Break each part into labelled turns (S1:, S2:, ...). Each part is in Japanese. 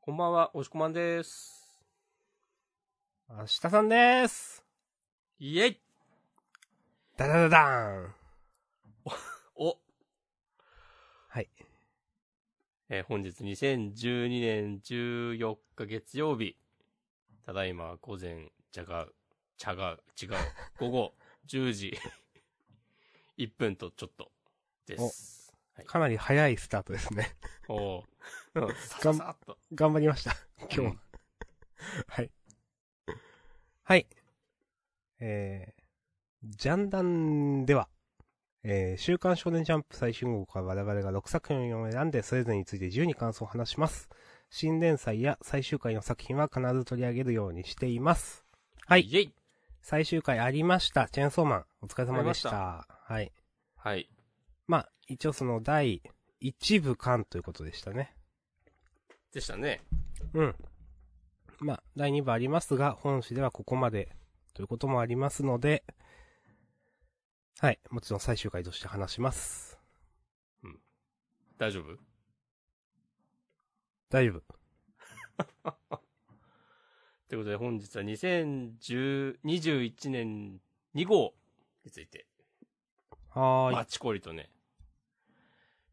S1: こんばんは、おしこまんです。
S2: 明日さんです。
S1: イエイ
S2: ダダダダーン。
S1: お
S2: はい。
S1: えー本日2012年14日月曜日。ただいま午前、じゃが、ちゃが、違う。午後 10時1分とちょっとです。
S2: かなり早いスタートですね。
S1: おおう。うんさささっと。
S2: 頑張りました。今日は。 はい。はい。えー、ジャンダンでは、えー、週刊少年ジャンプ最終号から我々が6作品を選んで、それぞれについて自由に感想を話します。新連載や最終回の作品は必ず取り上げるようにしています。はい。
S1: イエイ
S2: 最終回ありました。チェーンソーマン。お疲れ様でした。
S1: あ
S2: はい。
S1: はい。
S2: まあ、一応その第一部間ということでしたね。
S1: でしたね。
S2: うん。まあ、第2部ありますが、本誌ではここまでということもありますので、はい。もちろん最終回として話します。
S1: 大丈夫
S2: 大丈夫。
S1: ということで本日は2021年2号について、
S2: はー
S1: バ
S2: い。
S1: チコリとね、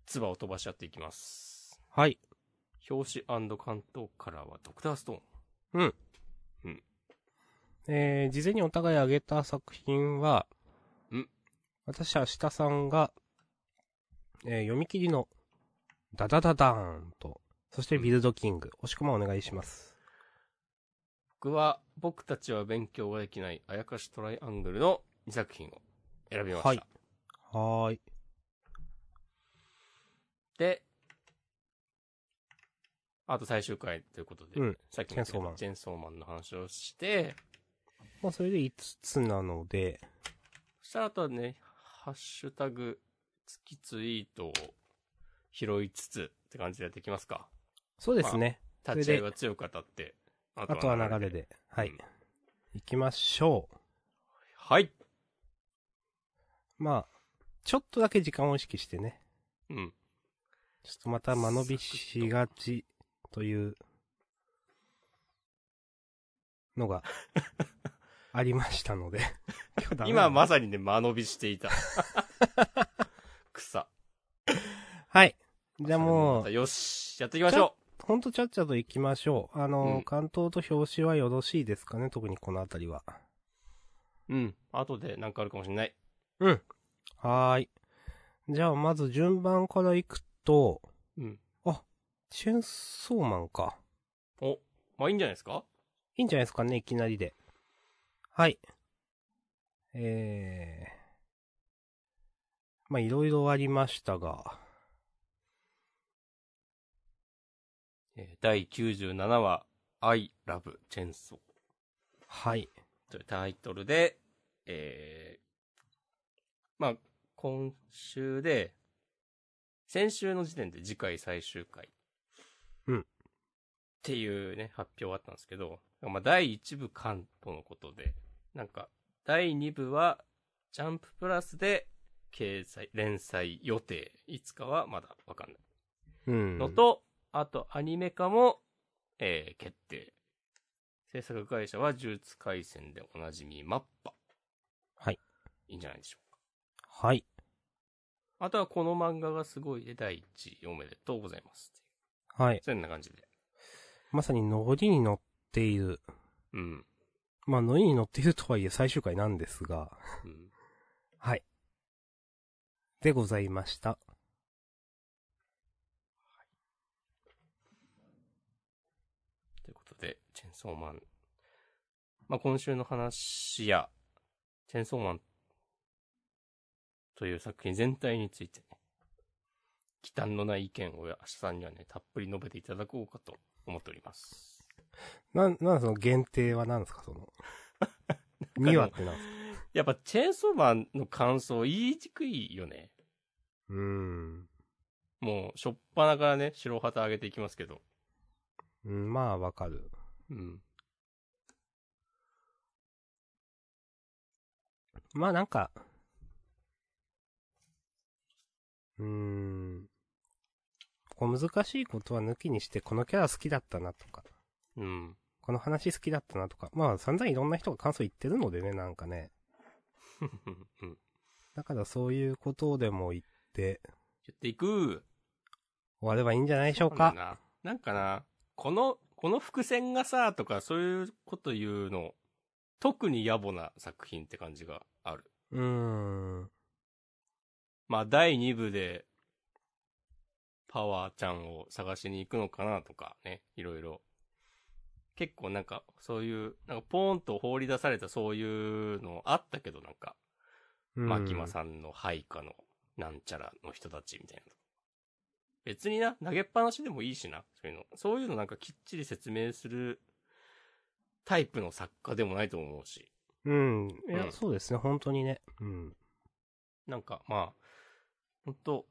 S1: 唾を飛ばし合っていきます。
S2: はい。
S1: 表紙関東からはドクターストーン。
S2: えー、事前にお互い挙げた作品は、
S1: ん
S2: 私、明日さんが、えー読み切りの、ダダダダーンと、そしてビルドキング、押し込まお願いします。
S1: 僕は、僕たちは勉強ができない、あやかしトライアングルの2作品を選びました。
S2: はいはーい。
S1: で、あと最終回ということで、
S2: うん
S1: さっきのチ
S2: チェンソーマン
S1: ェンソーマンの話をして、
S2: まあ、それで5つなので、
S1: そしたらあとはね、ハッシュタグ、月ツイートを拾いつつって感じでやっていきますか。
S2: そうですね。それで
S1: 立ち合いは強く当たって、あ
S2: あとは流れ。で。はい。
S1: うん
S2: 行きましょ
S1: はい。
S2: う。まあ、ちょっとだけ時間を意識してね。
S1: うん。
S2: ちょっとまた間延びしがちというの がありましたので。今日ダメだな
S1: 今まさにね、間延びしていた。 草。
S2: はい。じゃあも
S1: また
S2: う、
S1: よし、やっていきましょ
S2: ほんとちゃっちゃと行きましょう。あの、
S1: うん
S2: 関東と表紙はよろしいですかね特にこのあたりは。
S1: ううん。後でなんかあるかもしれない。
S2: はーい。じゃあまず順番から行くと、
S1: うん。
S2: チェンソーマンか。
S1: お、まあいいんじゃないですか
S2: いいんじゃないですかね、いきなりで。はい。えー。まあ、いろいろありましたが。
S1: えー第97話、I Love Chainsaw
S2: はい。
S1: というタイトルで、えー、まあ、今週で、先週の時点で次回最終回。
S2: うん
S1: っていうね、発表があったんですけど、まあ、第1部関東のことで、なんか、第2部は、ジャンププラスで、掲載、連載予定。いつかはまだわかんない。
S2: うん。
S1: のと、あとアニメ化も、えー決定。制作会社は呪術廻戦でおなじみマッパ。
S2: はい。
S1: いいんじゃないでしょう
S2: はい。
S1: か。あとはこの漫画がすごいで第一位おめでとうございます。
S2: はい。
S1: そんな感じで。
S2: まさにノリに乗っている。
S1: うん。
S2: まあ、ノリに乗っているとはいえ最終回なんですが。
S1: うん、
S2: はい。でございました。
S1: ということで、チェンソーマン。まあ、今週の話や、チェンソーマンという作品全体についてね、忌憚のない意見を明日さんにはね、たっぷり述べていただこうかと思っております。
S2: なん、なんその限定は何ですか、そ の。2話ってなんですか
S1: やっぱチェーンソーマンの感想言いにくいよね。
S2: うーん。
S1: もう、しょっぱなからね、白旗上げていきますけど。
S2: うん、まあ、わかる。
S1: うん。
S2: まあなんか、うーん。こう難しいことは抜きにして、このキャラ好きだったなとか、
S1: うん。
S2: この話好きだったなとか、まあ散々いろんな人が感想言ってるのでね、なんかね。
S1: うん。
S2: だからそういうことでも言って
S1: 言っていく。
S2: 終わればいいんじゃないでしょう
S1: なん
S2: か。
S1: だな。なんかな、この、この伏線がさ、とかそういうこと言うの、特に野暮な作品って感じがある。
S2: うーん。
S1: まあ、第2部で、パワーちゃんを探しに行くのかなとかね、いろいろ。結構なんか、そういう、なんかポーンと放り出されたそういうのあったけど、なんか、
S2: うん
S1: 牧間さんの配下の、なんちゃらの人たちみたいな。別にな、投げっぱなしでもいいしな、そういうの。そういうのなんかきっちり説明するタイプの作家でもないと思うし。
S2: うん。いや、
S1: うん
S2: そうですね、本当にね。うん。
S1: なんか、まあ、ほんと、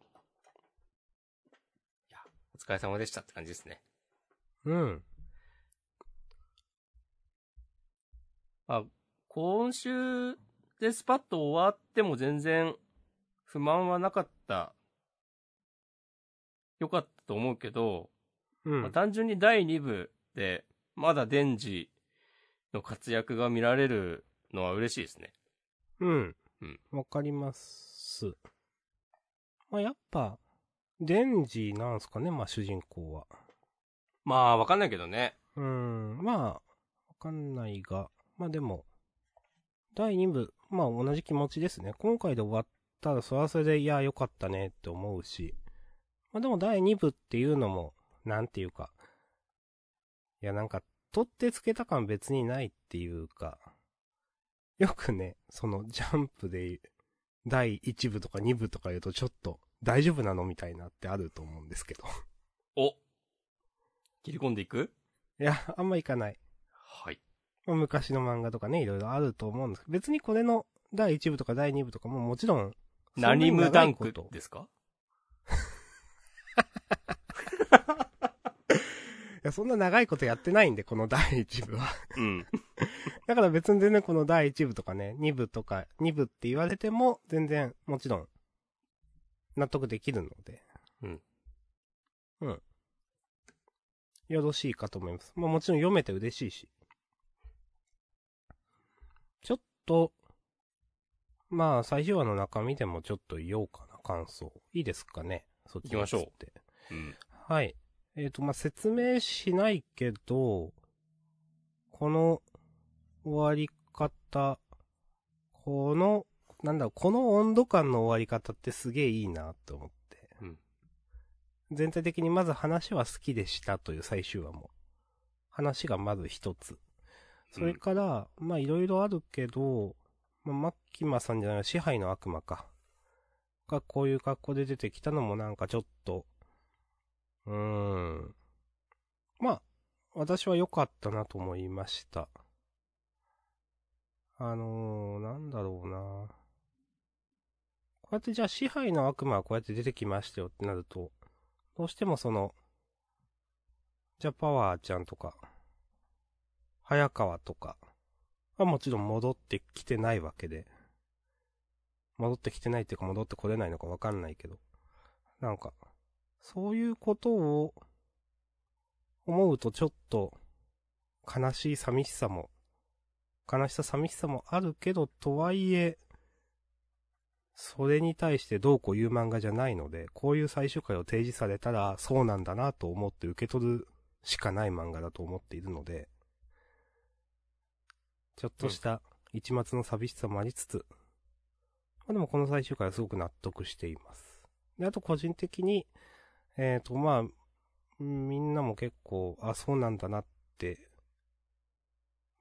S1: いや、お疲れ様でしたって感じですね。
S2: うん。
S1: まあ、今週でスパッと終わっても全然不満はなかった。よかったと思うけど、
S2: う
S1: まあ
S2: ん。
S1: 単純に第2部で、まだデンジの活躍が見られるのは嬉しいですね。
S2: うん
S1: うん。
S2: わかります。まあやっぱ、デンジなんすかね、まあ主人公は。
S1: まあ、わかんないけどね。
S2: うーん、まあ、わかんないが、まあでも、第2部、まあ同じ気持ちですね。今回で終わったら、それはそれで、いや、良かったねって思うし、まあでも第2部っていうのも、なんていうか、いや、なんか、取ってつけた感別にないっていうか、よくね、その、ジャンプで、第1部とか2部とか言うと、ちょっと、大丈夫なのみたいなってあると思うんですけど。
S1: お切り込んでいく
S2: いや、あんまいかない。
S1: はい。
S2: まあ昔の漫画とかね、いろいろあると思うんですけど、別にこれの第1部とか第2部とかももちろん、
S1: 何無ダンク
S2: と
S1: ですか
S2: いや、そんな長いことやってないんで、この第1部は。
S1: うん。
S2: だから別に全然この第1部とかね、2部とか、2部って言われても、全然、もちろん、納得できるので。
S1: うん。
S2: うん。よろしいかと思います。まあもちろん読めて嬉しいし。ちょっと、まあ最終話の中身でもちょっと言おうかな、感想。いいですかねそっちに
S1: 行きましょう
S2: 移って
S1: うん。
S2: はい。えっ、と、まあ、説明しないけど、この終わり方、この、なんだろう、この温度感の終わり方ってすげえいいなと思って。
S1: うん
S2: 全体的にまず話は好きでしたという最終話も。話がまず一つ。それから、まあ、いろいろあるけど、まあ、マッキマさんじゃない、支配の悪魔か。が、こういう格好で出てきたのもなんかちょっと、うーん。まあ、私は良かったなと思いました。あのー、なんだろうなこうやってじゃあ支配の悪魔はこうやって出てきましたよってなると、どうしてもその、じゃあパワーちゃんとか、早川とかはもちろん戻ってきてないわけで、戻ってきてないっていうか戻ってこれないのかわかんないけど、なんか、そういうことを思うとちょっと悲しい寂しさも、悲しさ寂しさもあるけど、とはいえ、それに対してどうこういう漫画じゃないので、こういう最終回を提示されたら、そうなんだなと思って受け取るしかない漫画だと思っているので、ちょっとした一末の寂しさもありつつ、まあでもこの最終回はすごく納得しています。で、あと個人的に、えっ、と、まあ、うんみんなも結構、あ、そうなんだなって、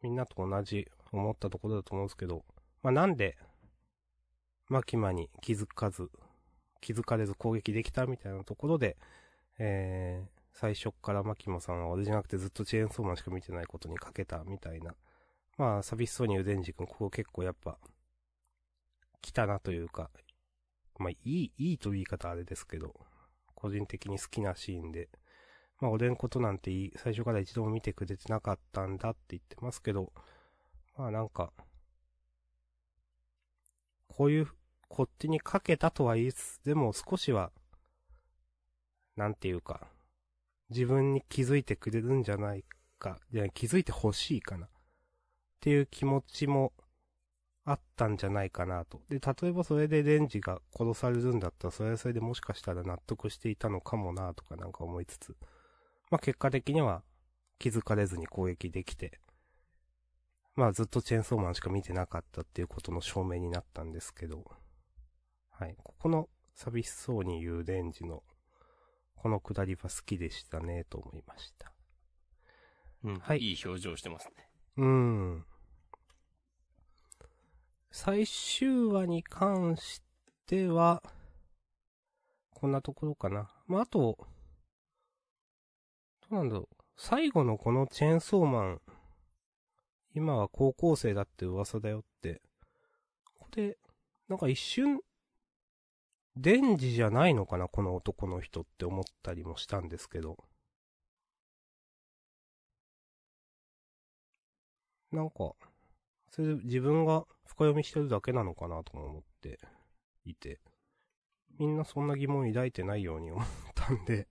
S2: みんなと同じ思ったところだと思うんですけど、まあなんで、マキマに気づかず、気づかれず攻撃できたみたいなところで、えー、最初っからマキマさんは俺じゃなくてずっとチェーンソーマンしか見てないことにかけたみたいな。まあ、寂しそうに言うデンジ君、ここ結構やっぱ、来たなというか、まあ、いい、いいという言い方あれですけど、個人的に好きなシーンで、まあ、俺のことなんていい最初から一度も見てくれてなかったんだって言ってますけど、まあなんか、こういう、こっちにかけたとは言いつつ、でも少しは、なんていうか、自分に気づいてくれるんじゃないか、いや気づいてほしいかな、っていう気持ちもあったんじゃないかなと。で、例えばそれでレンジが殺されるんだったら、それはそれでもしかしたら納得していたのかもなとかなんか思いつつ、まあ結果的には気づかれずに攻撃できて、まあずっとチェーンソーマンしか見てなかったっていうことの証明になったんですけど、はい。ここの寂しそうに言うレンジの、このくだりは好きでしたね、と思いました。
S1: うん。
S2: はい
S1: いい表情してますね。
S2: うーん。最終話に関しては、こんなところかな。まあ、あと、どうなんだろう。最後のこのチェーンソーマン、今は高校生だって噂だよって。これ、なんか一瞬、デンジじゃないのかな、この男の人って思ったりもしたんですけど。なんか、それで自分が深読みしてるだけなのかなとも思っていて、みんなそんな疑問抱いてないように思ったんで、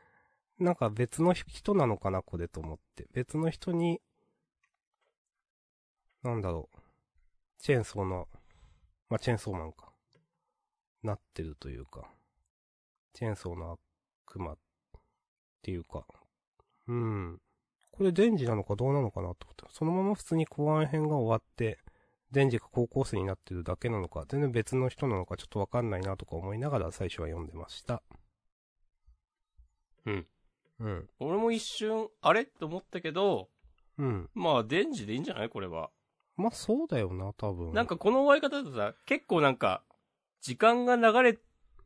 S2: なんか別の人なのかな、これと思って。別の人に、なんだろう、チェーンソーの、まあ、チェーンソーマンか、なってるというか、チェーンソーの悪魔っていうか、うん。これデンジなのかどうなのかなと思った。そのまま普通に公安編が終わって、デンジが高校生になってるだけなのか、全然別の人なのかちょっとわかんないなとか思いながら最初は読んでました。
S1: うん。
S2: うん。
S1: 俺も一瞬、あれと思ったけど、
S2: うん。
S1: まあ、デンジでいいんじゃないこれは。
S2: まあそうだよな、多分。
S1: なんかこの終わり方だとさ、結構なんか、時間が流れ、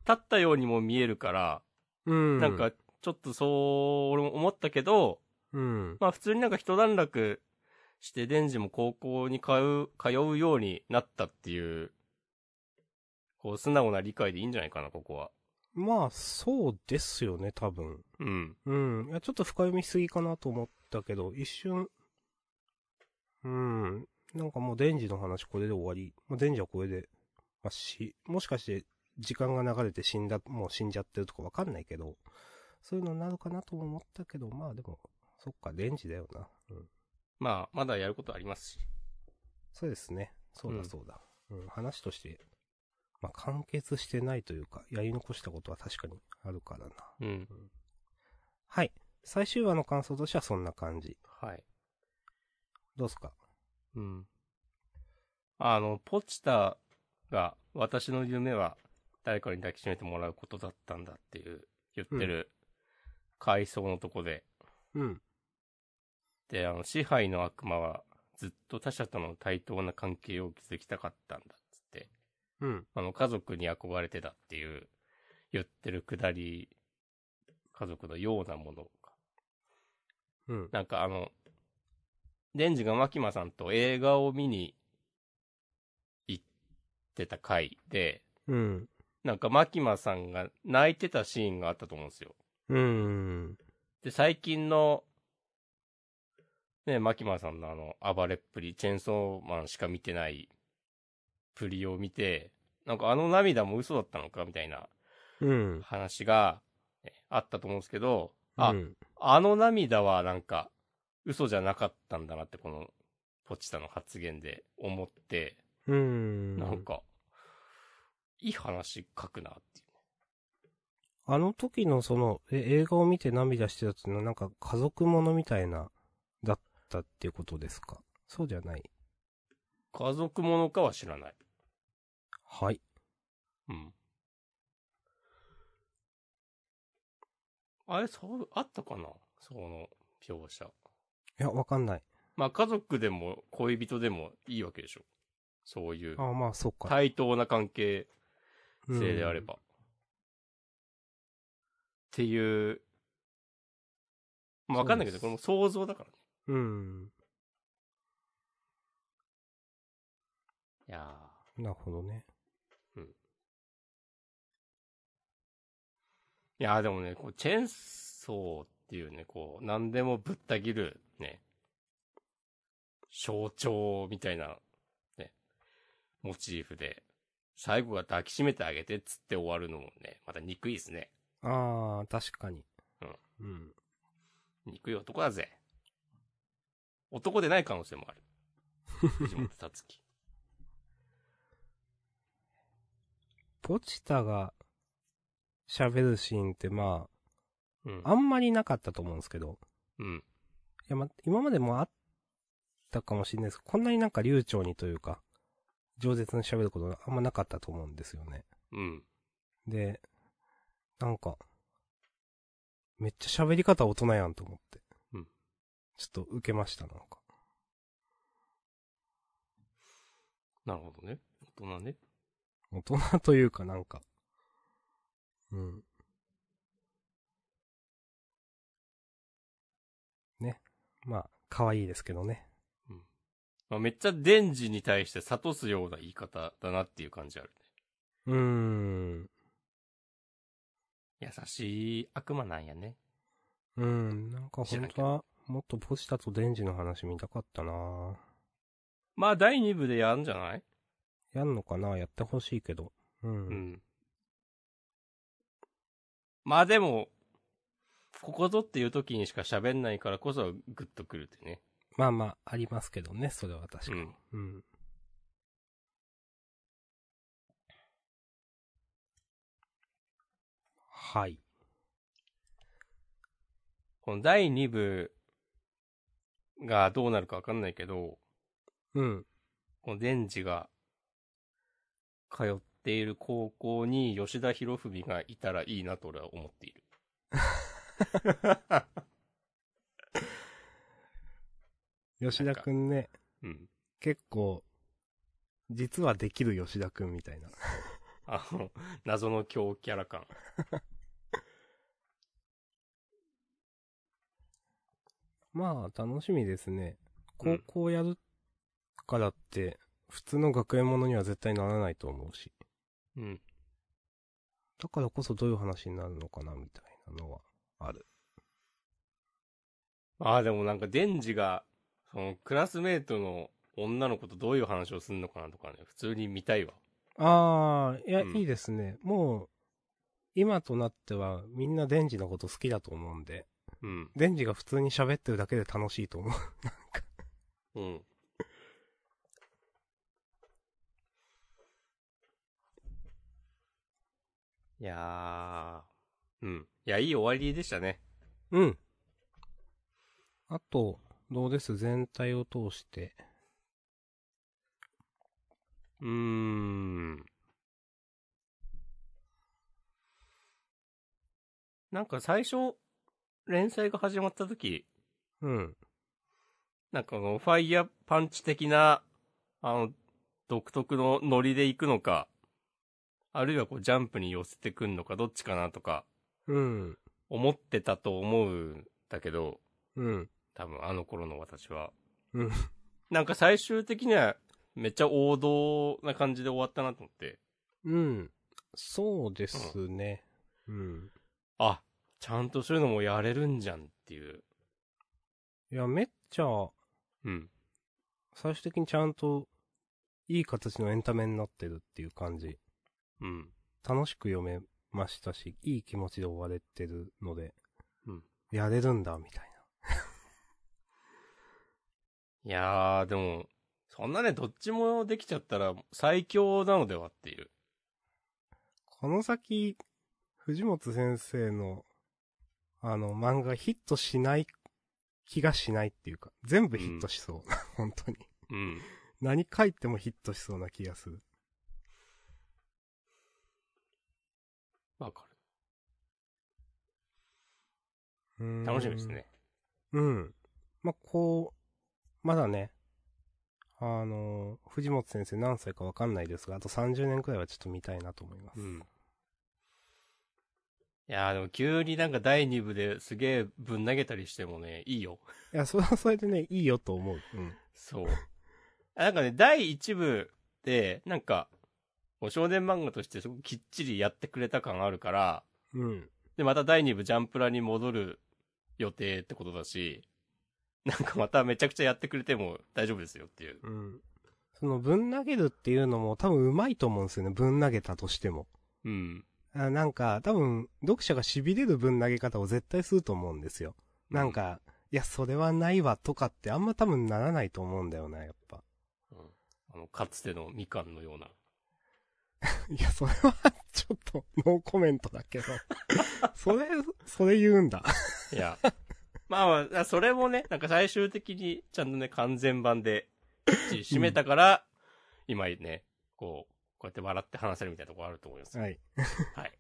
S1: 経ったようにも見えるから、
S2: うん。
S1: なんか、ちょっとそう、俺も思ったけど、
S2: うん。
S1: まあ普通になんか一段落して、デンジも高校に通う、通うようになったっていう、こう素直な理解でいいんじゃないかな、ここは。
S2: まあそうですよね、多分。
S1: うん。
S2: うん。いや、ちょっと深読みしすぎかなと思ったけど、一瞬、うん。なんかもうデンジの話これで終わり。まあ、デンジはこれで、まあ、し、もしかして時間が流れて死んだ、もう死んじゃってるとかわかんないけど、そういうのになるかなとも思ったけど、まあでも、そっか、デンジだよな。うん。
S1: まあ、まだやることありますし。
S2: そうですね。そう
S1: う
S2: だ
S1: ん
S2: そうだ。うん、話として、まあ完結してないというか、やり残したことは確かにあるからな。
S1: うん。
S2: はい。最終話の感想としてはそんな感じ。
S1: はい。
S2: どうすか
S1: うん。あの、ポチタが、私の夢は誰かに抱きしめてもらうことだったんだっていう、言ってる、回想のとこで、
S2: うん。
S1: で、あの、支配の悪魔は、ずっと他者との対等な関係を築きたかったんだ、つって。
S2: うん。
S1: あの、家族に憧れてたっていう、言ってるくだり、家族のようなものか。
S2: うん。
S1: なんかあの、デンジがマキマさんと映画を見に行ってた回で、
S2: うん。
S1: なんかマキマさんが泣いてたシーンがあったと思うんですよ。
S2: うん。
S1: で、最近の、ね、マキマさんのあの、暴れっぷり、チェーンソーマンしか見てない、プリを見て、なんかあの涙も嘘だったのかみたいな
S2: うん。
S1: 話がえあったと思うんですけど、あ、
S2: うん
S1: あの涙はなんか嘘じゃなかったんだなってこのポチタの発言で思って、
S2: うん。
S1: なんか、いい話書くなってい
S2: あの時のその、え映画を見て涙してたっていうのはなんか家族ものみたいな、だったっていうことですかそうじゃない。
S1: う。家族ものかは知らない。
S2: はい。
S1: うん。あれ、そう、あったかなその描写。
S2: いや、わかんない。
S1: まあ家族でも恋人でもいいわけでしょ。そういう
S2: あ、まあ、そっか。
S1: 対等な関係性であれば。っていう、まあ、わかんないけど、こ
S2: そ
S1: れ
S2: う
S1: も
S2: で
S1: 想像だからね。
S2: うん。うん。
S1: いや
S2: なるほどね。
S1: ーいやーでもね、こう、チェーンソーっていうね、こう、何でもぶった切る、ね、象徴みたいな、ね、モチーフで、最後が抱きしめてあげてっつって終わるのもね、また憎いですね。
S2: ああ、確かに。
S1: うん。
S2: うん。
S1: 憎い男だぜ。男でない可能性もある。藤本達樹。
S2: ポチタが喋るシーンってま
S1: うん
S2: あ、あ。んまりなかったと思うんですけど。
S1: うん。
S2: いや、ま、今までもあったかもしれないですけど、こんなになんか流暢にというか、饒舌に喋ることがあんまなかったと思うんですよね。
S1: うん。
S2: で、なんか、めっちゃ喋り方大人やんと思って。
S1: うん。
S2: ちょっと受けました、なんか。
S1: なるほどね。大人ね。
S2: 大人というかなんか。うん。ね。まあ、可愛いですけどね。
S1: まあ、めっちゃデンジに対して諭すような言い方だなっていう感じある
S2: うーん。
S1: ね。優しい悪魔なんやね。
S2: うん。なんか
S1: 知らん
S2: 本
S1: け
S2: 当
S1: ど
S2: は、もっとポジタとデンジの話見たかったな
S1: まあ、第2部でやんじゃない
S2: やんのかなやってほしいけど。うん。
S1: うん。まあでも、ここぞっていう時にしか喋んないからこそグッとくるってね。
S2: まあまあ、ありますけどね。それは確か
S1: う
S2: に。
S1: ん。
S2: うん。はい。
S1: この第2部がどうなるかわかんないけど、
S2: うん。
S1: このデンジが通っている高校に吉田博文がいたらいいなと俺は思っている。
S2: 吉田くんね。
S1: うん。
S2: 結構、実はできる吉田くんみたいな。
S1: あの、謎の強キャラ感。
S2: まあ、楽しみですね。
S1: う
S2: 高
S1: ん
S2: 校やるからって、普通の学園ものには絶対ならないと思うし。
S1: うん。
S2: だからこそどういう話になるのかな、みたいなのはある。
S1: ああ、でもなんかデンジが、そのクラスメートの女の子とどういう話をするのかなとかね、普通に見たいわ。
S2: ああ、いや、
S1: うん
S2: いいですね。もう、今となっては、みんなデンジのこと好きだと思うんで、
S1: うん。
S2: デンジが普通に喋ってるだけで楽しいと思
S1: う
S2: う。
S1: ん。いやー。うん。いや、いい終わりでしたね。
S2: うん。あと、どうです全体を通して。
S1: うーん。なんか最初、連載が始まった時、
S2: うん。
S1: なんかあの、ファイヤーパンチ的な、あの、独特のノリで行くのか、あるいはこう、ジャンプに寄せてくんのか、どっちかなとか、
S2: うん。
S1: 思ってたと思うんだけど、
S2: うん。
S1: 多分あの頃の私は。
S2: うん。
S1: なんか最終的にはめっちゃ王道な感じで終わったなと思って。
S2: うん。そうですね。うん。
S1: あ、ちゃんとそういうのもやれるんじゃんっていう。
S2: いや、めっちゃ、
S1: うん。
S2: 最終的にちゃんと、いい形のエンタメになってるっていう感じ。
S1: うん。
S2: 楽しく読めましたし、いい気持ちで終われてるので、
S1: うん。
S2: やれるんだ、みたい
S1: いやー、でも、そんなね、どっちもできちゃったら最強なのではっていう。
S2: な。この先、藤本先生の、あの、漫画ヒットしない気がしないっていうか、全部ヒットしそう。 本当に。
S1: うん。
S2: 何書いてもヒットしそうな気がする。
S1: わかる。
S2: うーん
S1: 楽しみですね。
S2: うん。まあ、こう、まだね、あのー藤本先生何歳かわかんないですが、あと30年くらいはちょっと見たいなと思います。
S1: うん。いやー、でも急になんか第2部ですげえぶん投げたりしてもね、いい よ。
S2: いや、それはそれでね、いいよと思う。うん。
S1: そう。あなんかね、第1部で、なんか、こう少年漫画としてすごくきっちりやってくれた感あるから、
S2: うん。
S1: で、また第2部ジャンプラに戻る予定ってことだし、なんかまためちゃくちゃやってくれても大丈夫ですよっていう。
S2: うん。その、ぶん投げるっていうのも多分うまいと思うんですよね。ぶん投げたとしても。
S1: うん。
S2: あなんか、多分、読者が痺れる分投げ方を絶対すると思うんですよ。なんか、いや、それはないわとかってあんま多分ならないと思うんだよな、やっぱ。
S1: うん、あの、かつてのみかんのような。
S2: いや、それは、ちょっと、ノーコメントだけど。 それ、それ言うんだ。
S1: いや。 まあまあ、それもね、なんか最終的にちゃんとね、完全版で、締めたから、今ね、こう、こうやって笑って話せるみたいなとこあると思います。
S2: はい。
S1: はい。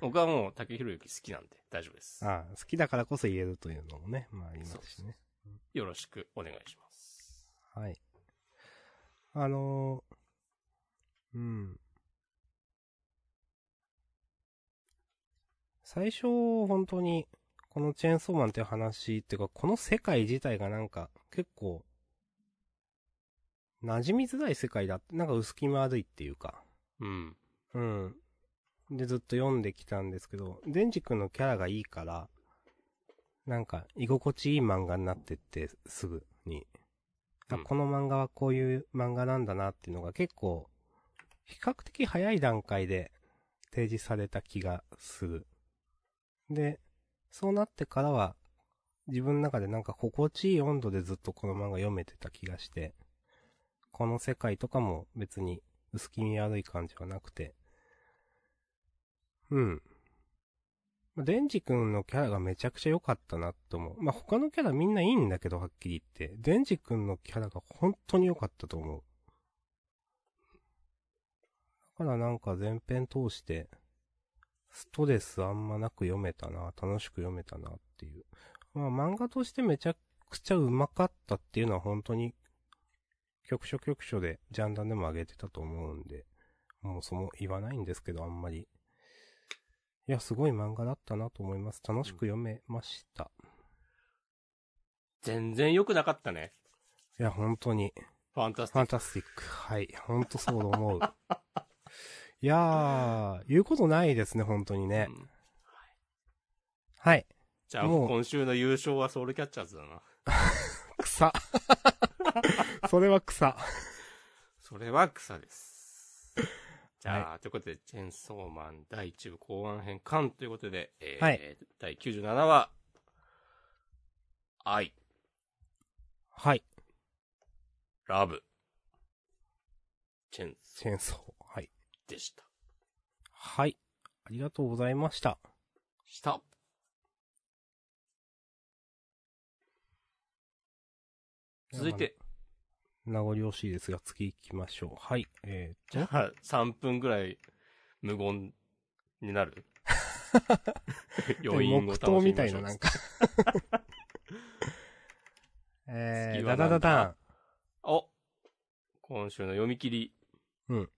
S1: 僕はもう、竹ひろゆき好きなんで大丈夫です。
S2: ああ好きだからこそ言えるというのもね、まあありますしね。
S1: よろしくお願いします。
S2: はい。あのーうん。最初、本当に、このチェーンソーマンっていう話っていうか、この世界自体がなんか、結構、馴染みづらい世界だなんか薄気味悪いっていうか。
S1: うん。
S2: うん。で、ずっと読んできたんですけど、デンジ君のキャラがいいから、なんか、居心地いい漫画になってって、すぐに。あ、
S1: うん
S2: この漫画はこういう漫画なんだなっていうのが結構、比較的早い段階で提示された気がする。で、そうなってからは、自分の中でなんか心地いい温度でずっとこの漫画読めてた気がして、この世界とかも別に薄気味悪い感じはなくて。うん。まあデンジ君のキャラがめちゃくちゃ良かったなって思う。まあ、他のキャラみんないいんだけど、はっきり言って。デンジ君のキャラが本当に良かったと思う。だからなんか前編通して、ストレスあんまなく読めたな、楽しく読めたなっていう。まあ漫画としてめちゃくちゃうまかったっていうのは本当に局所局所でジャンダンでも上げてたと思うんで、もうその言わないんですけど、あんまり。いや、すごい漫画だったなと思います。楽しく読めました。
S1: 全然良くなかったね。
S2: いや、本当に。
S1: ファンタステ
S2: フ
S1: ィ
S2: ァ
S1: ッ
S2: ンタスティック。はい。ほんとそう 思う。いやー、言うことないですね、本当にね
S1: ク。。うん
S2: はい。
S1: じゃあ、
S2: もう
S1: 今週の優勝はソウルキャッチャーズだな。
S2: 草。 それは草。
S1: それは草 です。じゃあ、ということで、チェンソーマン第1部後半編完ということで、えー
S2: はい
S1: 第97話、愛、
S2: はい。
S1: ラブ、チェンソ
S2: チェーンソー。はい。
S1: ーでした。
S2: はい。ありがとうございました。
S1: した。続いて、
S2: 名残惜しいですが、次行きましょう。はい。えー、
S1: じゃあ3分ぐらい無言にな る余韻を楽しみましょう
S2: 黙祷みたいな、なんか。 え
S1: 次
S2: ー、
S1: はなんだ
S2: ダダダダン。
S1: お今週の読み切り。
S2: うん。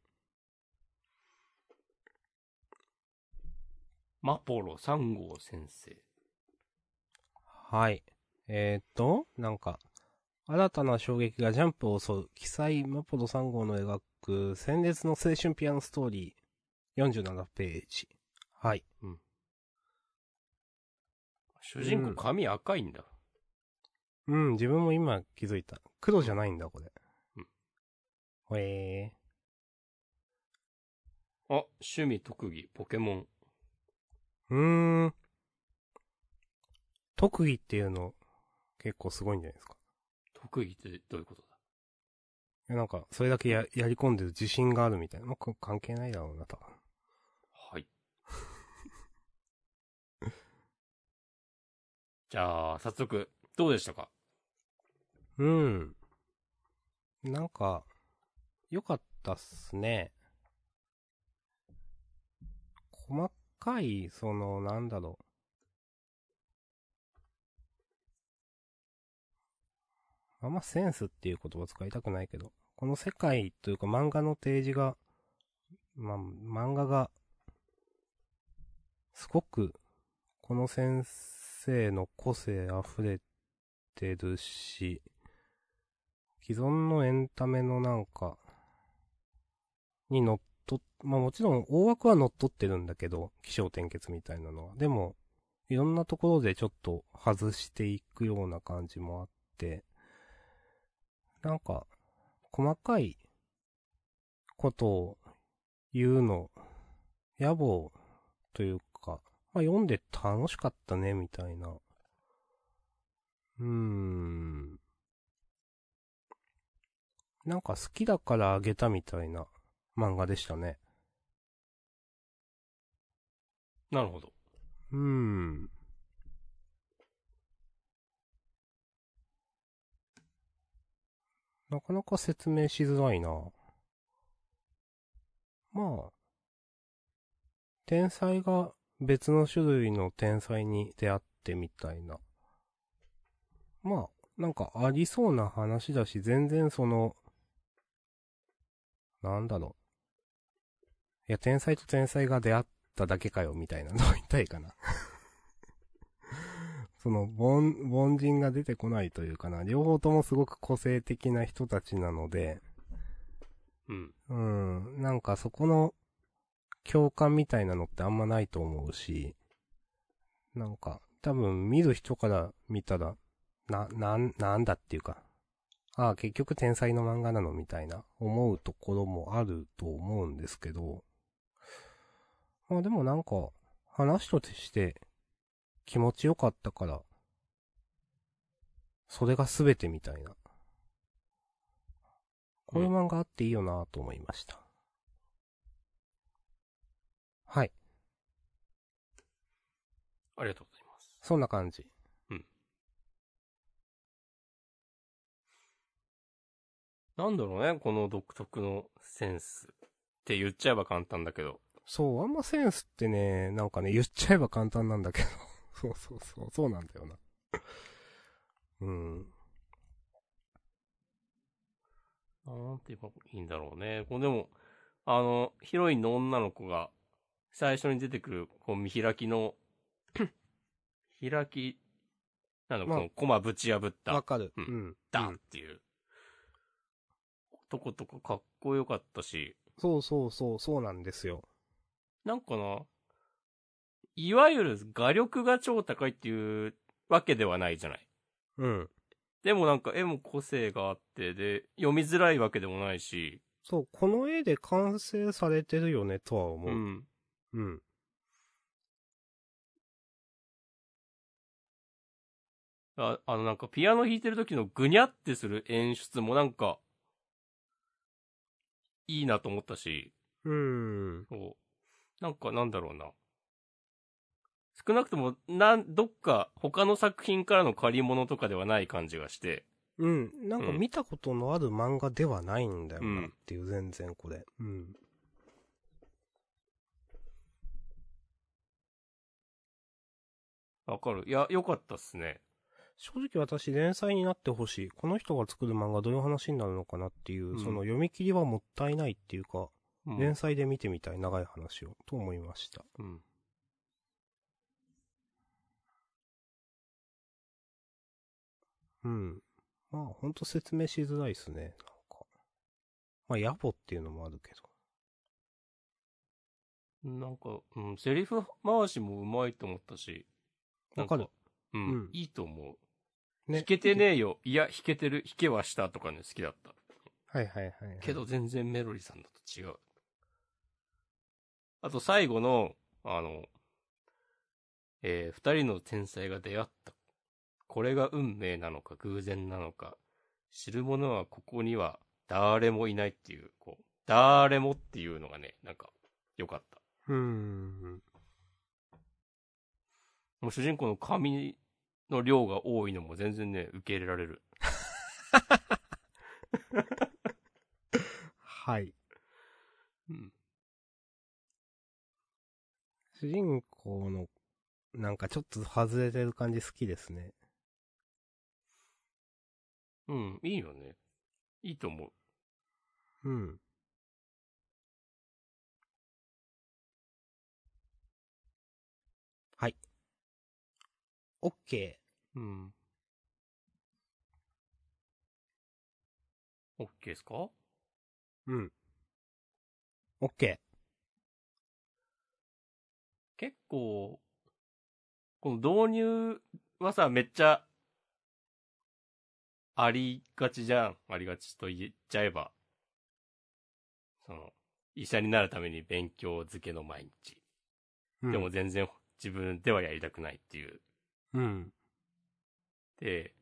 S1: マポロ3号先生。
S2: はい。えー、っと、なんか、新たな衝撃がジャンプを襲う、記載マポド3号の描く、鮮烈の青春ピアノストーリー、47ページ。はい。
S1: 主人
S2: う
S1: 公
S2: ん
S1: 髪赤いんだ。
S2: うん、自分も今気づいた。黒じゃないんだ、これ。
S1: うん
S2: ほえ
S1: あ、趣味、特技、ポケモン。
S2: ー。うーん。特技っていうの、結構すごいんじゃないですか。
S1: 特技ってどういうことだ
S2: いやなんか、それだけや、やり込んでる自信があるみたいな。まあ、こ関係ないだろうな、多分。
S1: はい。 じゃあ、早速、どうでしたか
S2: うん。なんか、良かったっすね。細かい、その、なんだろう。あんまセンスっていう言葉使いたくないけど、この世界というか漫画の提示が、まあ、漫画が、すごく、この先生の個性溢れてるし、既存のエンタメのなんか、に乗っとっ、まあもちろん大枠は乗っ取ってるんだけど、気象転結みたいなのは。でも、いろんなところでちょっと外していくような感じもあって、なんか、細かいことを言うの、野望というか、まあ読んで楽しかったね、みたいな。うーん。なんか好きだからあげたみたいな漫画でしたね。
S1: なるほど。
S2: うーん。なかなか説明しづらいな。まあ、天才が別の種類の天才に出会ってみたいな。まあ、なんかありそうな話だし、全然その、なんだろう。いや、天才と天才が出会っただけかよ、みたいなのを言いたいかな。 その、凡、凡人が出てこないというかな、両方ともすごく個性的な人たちなので、
S1: うん。
S2: うん、なんかそこの共感みたいなのってあんまないと思うし、なんか多分見る人から見たら、な、なん、なんだっていうか、ああ、結局天才の漫画なのみたいな思うところもあると思うんですけど、まあでもなんか話として気持ちよかったから、それが全てみたいな。こういう漫画あっていいよなと思いました。はい。
S1: ありがとうございます。
S2: そんな感じ。
S1: なんだろうね、この独特のセンス。って言っちゃえば簡単だけど。
S2: そう、あんまセンスってね、なんかね、言っちゃえば簡単なんだけど。 そうそうそう、そうなんだよな。うん。
S1: なんて言えばいいんだろうね。こうでも、あの、ヒロインの女の子が、最初に出てくる、こう、見開き の、開き、なんだ、こ
S2: まあ
S1: の、コマぶち破った
S2: わ、かる。
S1: う
S2: うんん。
S1: ダ
S2: う
S1: ンっ
S2: ん
S1: ていう、とことかかっこよかったし、
S2: そうそうそう、そうなんですよ。
S1: なんかな、いわゆる画力が超高いっていうわけではないじゃない。
S2: うん。
S1: でもなんか絵も個性があって、で、読みづらいわけでもないし、
S2: そう、この絵で完成されてるよね、とは思
S1: う
S2: う。
S1: ん。
S2: うん。
S1: ああのなんかピアノ弾いてる時のぐにゃってする演出もなんか、いいなと思ったし、
S2: うん。
S1: そう。なんかなんだろうな。少なくとも、なん、どっか他の作品からの借り物とかではない感じがして。
S2: うん。なんか
S1: うん
S2: 見たことのある漫画ではないんだよ
S1: うん
S2: なっていう、全然これ。うん。
S1: わかる。いや、良かったっすね。
S2: 正直私連載になってほしい。この人が作る漫画どういう話になるのかなっていう、
S1: うん
S2: その読み切りはもったいないっていうか、
S1: うん。
S2: 連載で見てみたい長い話を、と思いました。
S1: うん
S2: うん。まあほんと説明しづらいですね、なんか。まあ野暮っていうのもあるけど。
S1: なんか、うん、セリフ回しもうまいと思ったし。なん
S2: わかる。
S1: うん、
S2: うん
S1: いいと思う。
S2: ね
S1: 弾けて。ねえよ。いや、弾けてる。弾けはしたとかね、好きだった。
S2: はいはいはいはい、
S1: けど全然メロリーさんだと違う。あと最後の、あの、えー二人の天才が出会った。これが運命なのか偶然なのか、知る者はここには誰もいないっていう、こう、誰もっていうのがね、なんか、良かった。
S2: うーん。
S1: もう主人公の髪の量が多いのも全然ね、受け入れられる。
S2: はい。
S1: うん。
S2: 主人公の、なんかちょっと外れてる感じ好きですね。
S1: うん、いいよね。いいと思う。
S2: うん。はい。オッケ
S1: うん。OK ですか
S2: ー。うん。オッケ
S1: 結構、この導入はさ、めっちゃ、ありがちじゃん。ありがちと言っちゃえば。その、医者になるために勉強漬けの毎日。
S2: うん
S1: でも、全然自分ではやりたくないっていう。
S2: うん。
S1: で、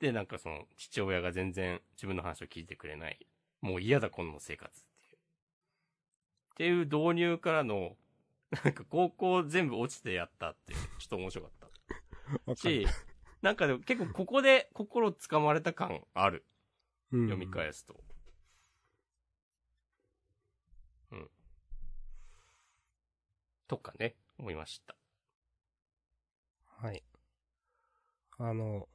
S1: で、なんかその、父親が全然自分の話を聞いてくれない。もう嫌だ、この生活っていう。っていう導入からの、なんか高校全部落ちてやったって、ちょっと面白かっ
S2: わ
S1: た。
S2: かる
S1: し、なんかでも結構ここで心つかまれた感ある。
S2: うん
S1: 読み返すと。うん。とかね、思いました。
S2: はい。あの、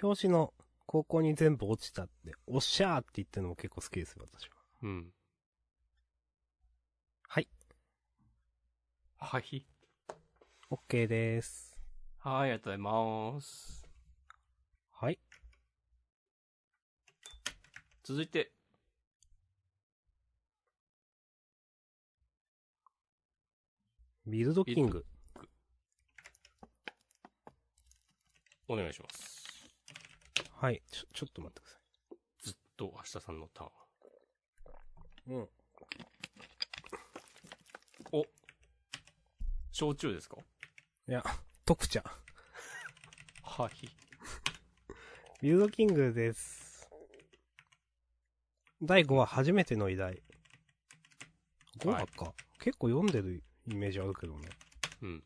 S2: 表紙の高校に全部落ちたって、おっしゃーって言ってるのも結構好きですよ、私は。
S1: うん。
S2: はい。
S1: はい。
S2: OK です。
S1: はい、ありがとうございます。
S2: はい。
S1: 続いて。
S2: ビルドキング。
S1: お願いします。
S2: はい。ちょ、ちょっと待ってくださ
S1: ずっと明日さんのターン。
S2: い。うん。
S1: お。焼酎ですか
S2: いや、特茶。
S1: はい。
S2: ビルドキングです。第5話、初めての依頼。5話か。結構読んでるイメージあるけどね。
S1: うん。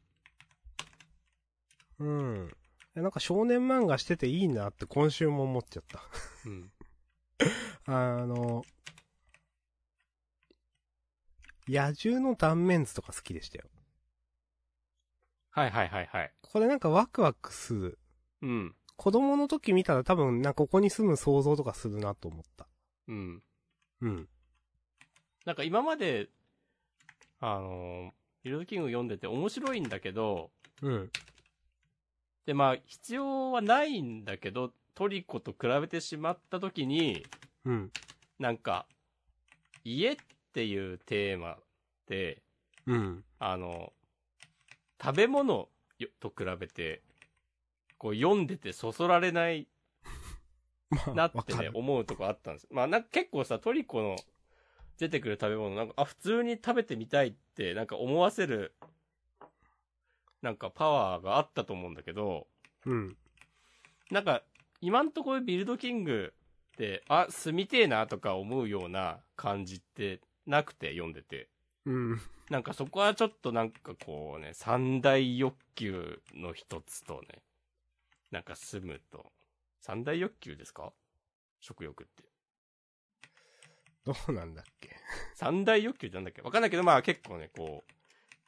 S2: うん。えなんか少年漫画してていいなって今週も思っちゃった。
S1: うん。
S2: あの、野獣の断面図とか好きでしたよ。
S1: はいはいはいはい。
S2: これなんかワクワクする。
S1: うん。
S2: 子供の時見たら多分なんかここに住む想像とかするなと思った。
S1: うん。
S2: うん。
S1: なんか今まで、あのー、ビルドキング読んでて面白いんだけど、
S2: うん。
S1: で、まあ、必要はないんだけど、トリコと比べてしまった時に、
S2: うん。
S1: なんか、家っていうテーマで、
S2: うん。
S1: あの、食べ物よと比べて、こう読んでてそそられない
S2: まあ、
S1: な
S2: わ
S1: って
S2: か
S1: ね
S2: る、
S1: 思うとこあったんです。まあなんか結構さ、トリコの出てくる食べ物、なんか、あ、普通に食べてみたいって、なんか思わせる、なんかパワーがあったと思うんだけど、
S2: うん。
S1: なんか、今んところビルドキングって、あ、住みてえなとか思うような感じってなくて読んでて。
S2: うん。
S1: なんかそこはちょっとなんかこうね、三大欲求の一つとね、なんか住むと。三大欲求ですか食欲って。
S2: どうなんだっけ。
S1: 三大欲求ってなんだっけわかんないけど、まあ結構ね、こう、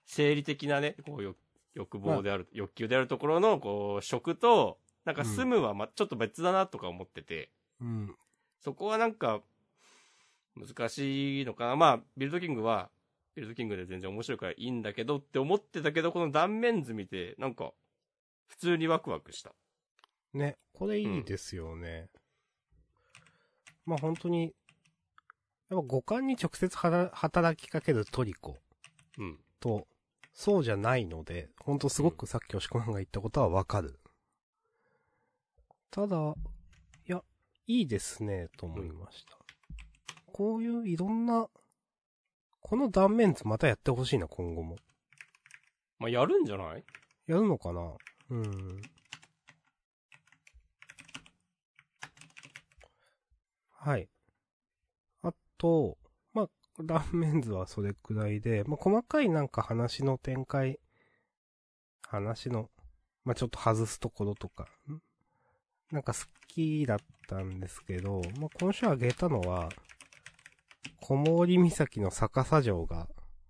S1: 生理的なね、こう欲欲望である、欲求であるところの、こう、食と、なんか住むはま、ちょっと別だなとか思ってて、
S2: うん。
S1: そこはなんか、難しいのかな。まあ、ビルドキングは、ビルドキングで全然面白いからいいんだけどって思ってたけど、この断面図見て、なんか、普通にワクワクした。
S2: ね、これいいですよね。まあ本当に、やっぱ五感に直接はら働きかけるトリコ
S1: うん。
S2: と、そうじゃないので、本当すごくさっき押し込まんが言ったことはわかる。ただ、いや、いいですね、と思いました。こういういろんな、この断面図またやってほしいな、今後も。
S1: まあ、やるんじゃない
S2: やるのかなうん。はい。あと、まあ、断面図はそれくらいで、まあ、細かいなんか話の展開、話の、まあ、ちょっと外すところとか、んなんか好きだったんですけど、まあ、今週あげたのは、小森岬の逆さ城が、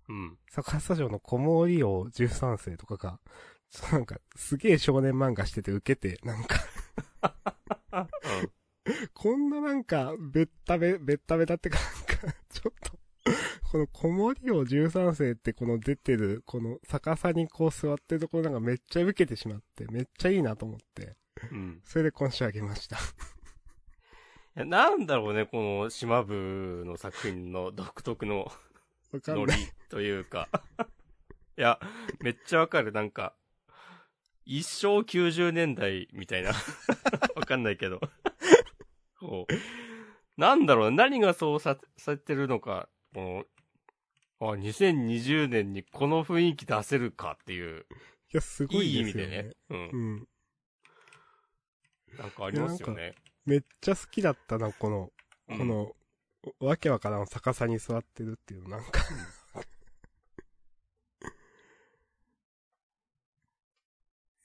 S1: うん。
S2: 逆さ城の小森王13世とかが、ちょっとなんか、すげえ少年漫画してて受けて、なんか、こんななんか、べったべ、べったべだってか、なんか、ちょっと、この小森王13世ってこの出てる、この逆さにこう座ってるところなんかめっちゃ受けてしまって、めっちゃいいなと思って、
S1: うん。
S2: それで今週あげました。
S1: いやなんだろうね、この島部の作品の独特の
S2: わか
S1: ノ
S2: ん
S1: リ
S2: ない。
S1: というか。 いや、めっちゃわかる。なんか、一生90年代みたいな。わかんないけど。こう、なんだろう、何がそうさ、されてるのか、この、あ、2020年にこの雰囲気出せるかっていう、
S2: いや、すご
S1: い
S2: い
S1: い意
S2: で
S1: 味
S2: す
S1: で
S2: よ
S1: ね
S2: ね。。
S1: うん
S2: う。ん。
S1: なんかありますよね。
S2: めっちゃ好きだったな、この、
S1: うん
S2: この、わけわからん逆さに座ってるっていう、なんか。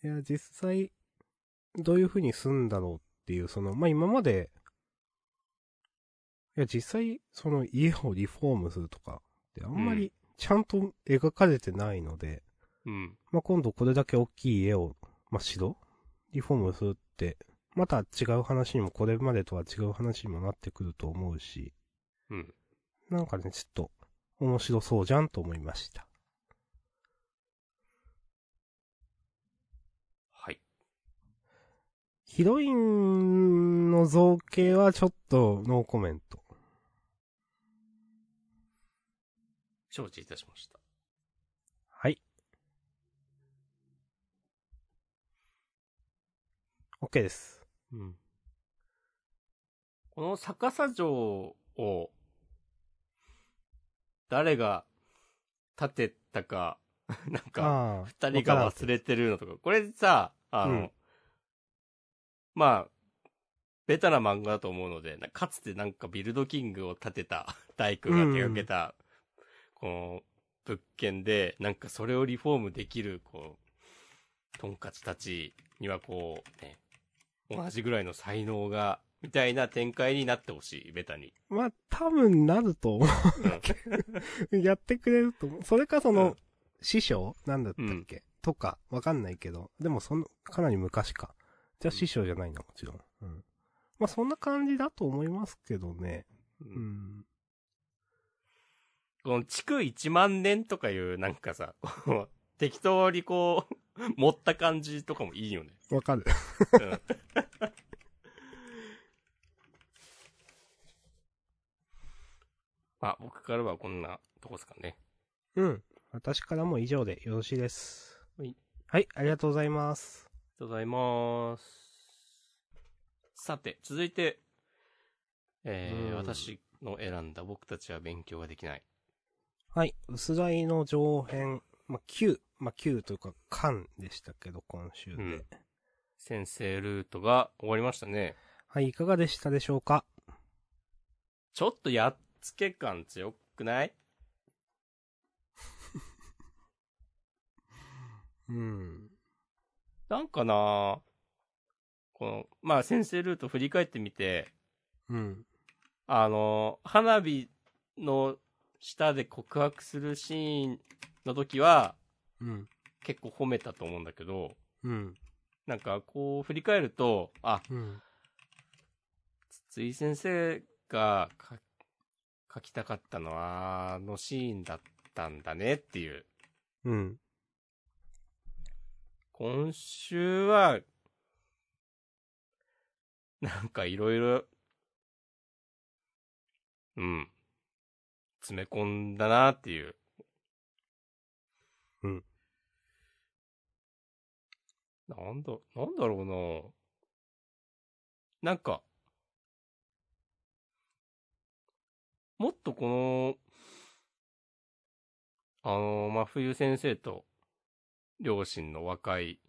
S2: いや、実際、どういう風に住んだろうっていう、その、まあ、今まで、いや、実際、その家をリフォームするとかってあんま
S1: う
S2: りちゃんと描かれてないので、
S1: うん。
S2: まあ、今度これだけ大きい家を、まあ、城リフォームするって、また違う話にも、これまでとは違う話にもなってくると思うし、
S1: うん。
S2: なんかね、ちょっと、面白そうじゃんと思いました。
S1: はい。
S2: ヒロインの造形はちょっとノーコメント。
S1: 承知いたしました。
S2: はい。OK です。
S1: うん。この逆さ城を、誰が建てたか、なんか、
S2: ああ
S1: 二人が忘れてるのとか、これさ、あの、
S2: うん
S1: まあ、ベタな漫画だと思うので、なかつてなんかビルドキングを建てた 大工が手掛けた、この物件で、なんかそれをリフォームできる、こう、トンカチたちにはこう、ね、同じぐらいの才能が、みたいな展開になってほしい、ベタに。
S2: まあ、多分なると思 うけど、やってくれると思う。それかそ
S1: う
S2: の、
S1: ん
S2: 師匠なんだったっけ、とか、わかんないけど、でもその、かなり昔か。じゃあ師匠じゃないな、もちろん。うん。まあ、そんな感じだと思いますけどね。
S1: うん
S2: うん。
S1: この築1万年とかいうなんかさ、 こう適当にこう、 持った感じとかもいいよね。
S2: わかる。
S1: うんまあ、僕からはこんなとこですかね。
S2: うん。私からも以上でよろしいです。
S1: はい。
S2: はい、ありがとうございます。
S1: ありがとうございます。さて、続いて、えー
S2: うん
S1: 私の選んだ僕たちは勉強ができない。
S2: はい、薄らいの上編、まあ、9、まあ、9というか、巻でしたけど、今週で。
S1: うん先生ルートが終わりましたね。
S2: はい、いかがでしたでしょうか
S1: ちょっとやっつけ感強くない
S2: うん。
S1: なんかなぁこの、まあ、先生ルート振り返ってみて、
S2: うん。
S1: あの、花火の下で告白するシーンの時は
S2: うん。
S1: 結構褒めたと思うんだけど、
S2: うん。
S1: なんかこう振り返ると、あ、
S2: うん。
S1: 筒井先生がか書きたかったのはあのシーンだったんだねっていう。
S2: うん。
S1: 今週は、なんかいろいろ、うん、詰め込んだなっていう。
S2: うん。
S1: なんだ、なんだろうななんか、もっとこの、あの、真冬先生と両親の和解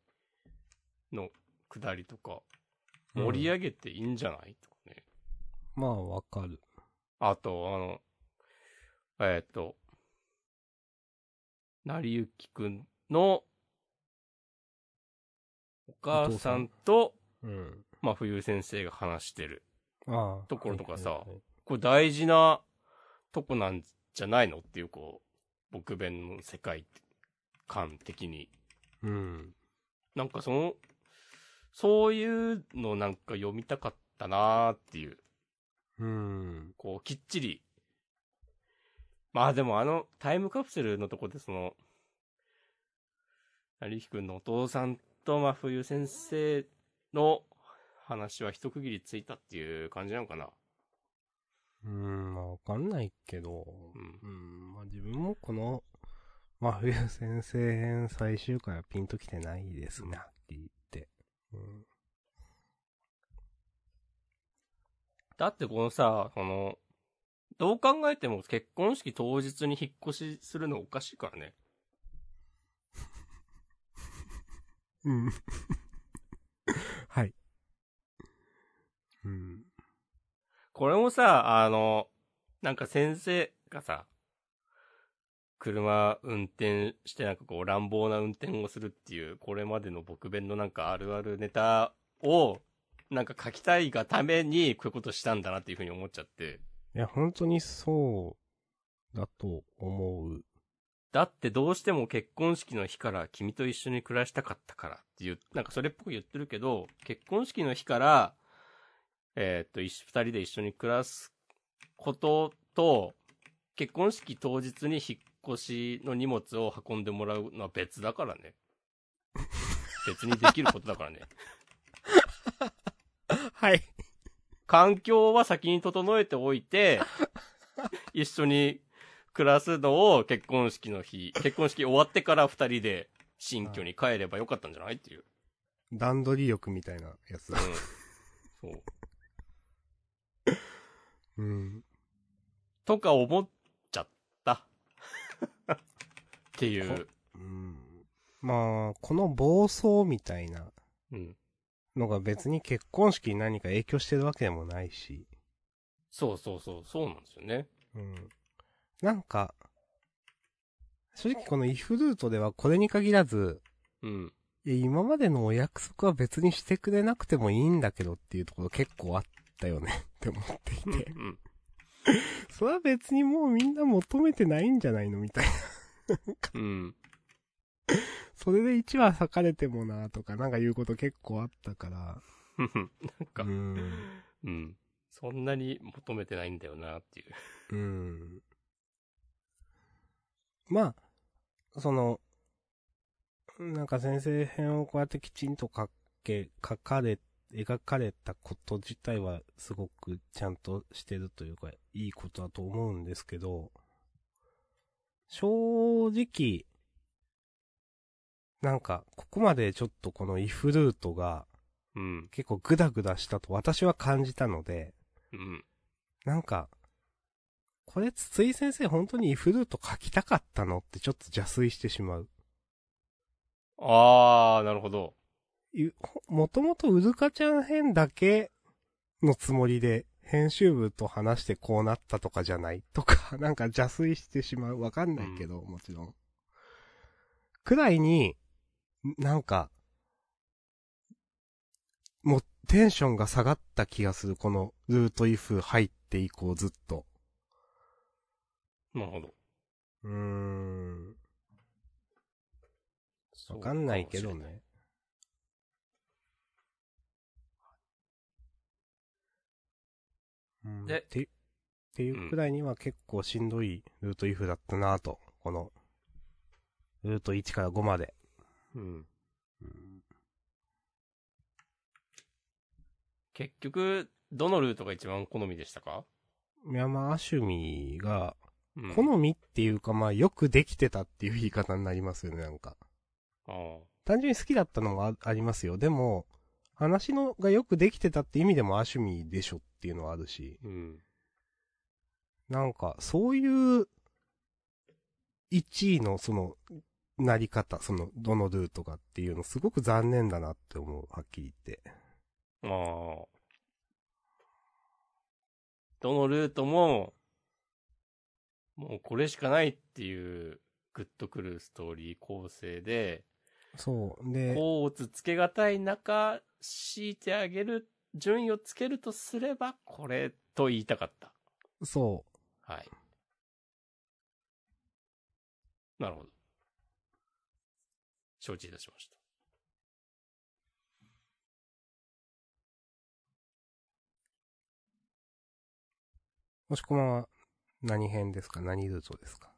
S1: のくだりとか、盛り上げていいんじゃない、とかね。
S2: まあ、わかる。
S1: あと、あの、えっ、と、成りゆきくんの、お母さんと、
S2: うん。
S1: まあ、冬先生が話してる。
S2: ああ。
S1: ところとかさ
S2: はいはいはい
S1: これ大事なとこなんじゃないのっていう、こう、僕弁の世界観的に。
S2: うん。
S1: なんかその、そういうのなんか読みたかったなーっていう。
S2: うん。
S1: こう、きっちり。まあでもあの、タイムカプセルのとこでその、成きくんのお父さんと真冬先生の話は一区切りついたっていう感じなのかな。
S2: うん。まあ、わかんないけど。
S1: うん
S2: うん。まあ、自分もこの、真冬先生編最終回はピンときてないですね、はっきり言って。うん。
S1: だってこのさ、この、どう考えても結婚式当日に引っ越しするのおかしいからね。
S2: うん。 はい。うん。
S1: これもさ、あの、なんか先生がさ、車運転してなんかこう乱暴な運転をするっていう、これまでの僕弁のなんかあるあるネタを、なんか書きたいがためにこういうことしたんだなっていうふうに思っちゃって。
S2: いや、本当にそうだと思う。
S1: だってどうしても結婚式の日から君と一緒に暮らしたかったからっていう、なんかそれっぽく言ってるけど、結婚式の日から、えーっと、一緒二人で一緒に暮らすことと、結婚式当日に引っ越しの荷物を運んでもらうのは別だからね。別にできることだからね。
S2: はい。
S1: 環境は先に整えておい て、一緒に暮らすのを結婚式の日、結婚式終わってから二人で新居に帰ればよかったんじゃないっていう。
S2: 段取り力みたいなやつ
S1: うん
S2: だ。。
S1: そう。
S2: うん。
S1: とか思っちゃった。っていう。
S2: うん。まあ、この暴走みたいな
S1: うん。
S2: のが別に結婚式に何か影響してるわけでもないし。
S1: そうそうそう、そうなんですよね。
S2: うん。なんか、正直このイフルートではこれに限らず、
S1: うん。
S2: いや今までのお約束は別にしてくれなくてもいいんだけどっていうところ結構あったよね って思って
S1: う
S2: いて。
S1: ん。
S2: それは別にもうみんな求めてないんじゃないのみたいな。
S1: うん。
S2: それで1話裂かれてもなとかなんか言うこと結構あったから。
S1: うんなんか
S2: う、ん。
S1: うん。そんなに求めてないんだよなっていう。
S2: うん。まあ、その、なんか先生編をこうやってきちんと書け、書かれ、描かれたこと自体はすごくちゃんとしてるというか、いいことだと思うんですけど、正直、なんか、ここまでちょっとこのイフルートが
S1: うん。
S2: 結構グダグダしたと私は感じたので、
S1: うん。
S2: なんか、これ筒井先生本当にイフルート書きたかったのってちょっと邪推してしまう。
S1: あー、なるほど。
S2: いほもともとウルカちゃん編だけのつもりで編集部と話してこうなったとかじゃないとか、 なんか邪推してしまう。わかんないけど、もちろん。くらいに、なんか、もうテンションが下がった気がする。このルートイフ入って以降ずっと。
S1: なるほど。
S2: うーん。
S1: そう
S2: わかんないけどね。うん
S1: で
S2: って、っていうくらいには結構しんどいルートイフだったなぁと、この、ルート1から5まで。
S1: うん。結局、どのルートが一番好みでしたか、
S2: いや、まあ、アシュミが、
S1: うん、
S2: 好みっていうか、まあ、よくできてたっていう言い方になりますよね、なんか。
S1: ああ。
S2: 単純に好きだったのもあありますよ。でも、話のがよくできてたって意味でもアシュミでしょっていうのはあるし。
S1: うん。
S2: なんか、そういう、1位の、その、なり方、その、どのルートかっていうの、すごく残念だなって思う、はっきり言って。
S1: ああ。どのルートも、もうこれしかないっていう、グッとくるストーリー構成で、
S2: そう。で、
S1: こうつつけがたい中、敷いてあげる、順位をつけるとすれば、これと言いたかった。
S2: そ
S1: はい。なるほど。承知いたしました。
S2: う。もしこまは、何編ですか何ルートですか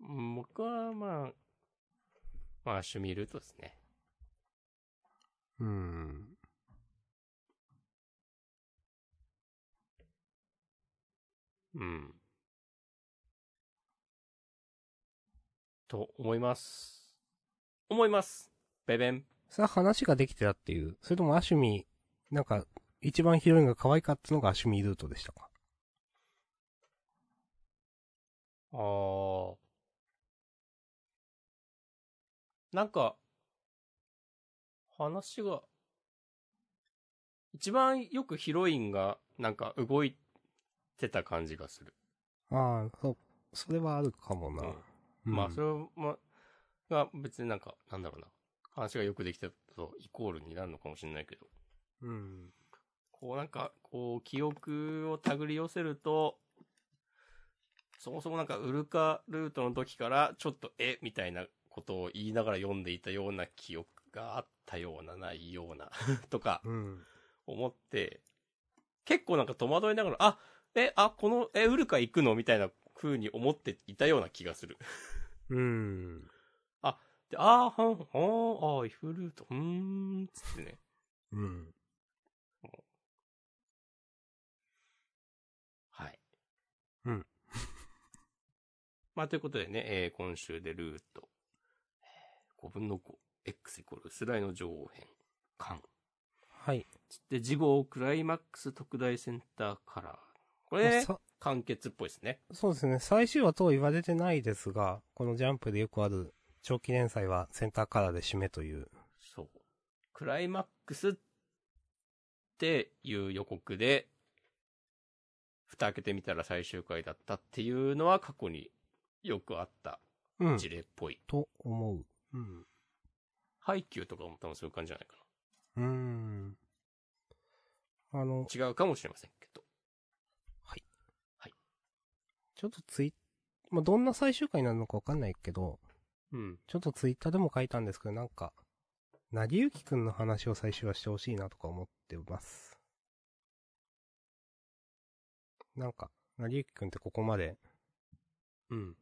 S1: うん僕は、まあ、まあ、趣味ルートですね。
S2: うーん。
S1: うん。と思います。思います。ベベン。
S2: それは話ができてたっていう。それともアシュミ、なんか、一番ヒロインが可愛かったのがアシュミールートでしたか。
S1: あー。なんか、話が、一番よくヒロインが、なんか動いてた感じがする。
S2: ああ、そう、それはあるかもな。うん
S1: まあ、それは、まあ、が別になんか、なんだろうな。話がよくできてたと、イコールになるのかもしれないけど。
S2: うん。
S1: こうなんか、こう、記憶を手繰り寄せると、そもそもなんか、ウルカルートの時から、ちょっと、え、みたいなことを言いながら読んでいたような記憶があったような、ないような、 とか、
S2: うん。
S1: 思って、結構なんか戸惑いながら、あ、え、あ、この、え、ウルカ行くのみたいな風に思っていたような気がする。
S2: うん。
S1: で、あー、はん、はん、あー、イフルート、うーん、つってね。
S2: うん。
S1: はい。
S2: うん。
S1: まあ、ということでね、えー今週でルート、えー5分の5、x イコール薄らいの女王編、間。
S2: はい。
S1: で、次号クライマックス特大センターカラー。こ
S2: まあ
S1: れ、
S2: さ
S1: 完結っぽいですね。
S2: そうですね。最終話とは言われてないですが、このジャンプでよくある長期連載はセンターカラーで締めという。
S1: そう。クライマックスっていう予告で、蓋開けてみたら最終回だったっていうのは過去によくあった
S2: うん。
S1: 事例っぽい。
S2: と思う。うん。
S1: ハイキューとかも多分そういう感じじゃないか
S2: うーん。あの、
S1: な。違うかもしれませんけど。
S2: ちょっとツイまあ、どんな最終回になるのかわかんないけど、
S1: うん。
S2: ちょっとツイッターでも書いたんですけど、なんか、なぎゆきくんの話を最終話してほしいなとか思ってます。なんか、なぎゆきくんってここまで、
S1: うん。
S2: う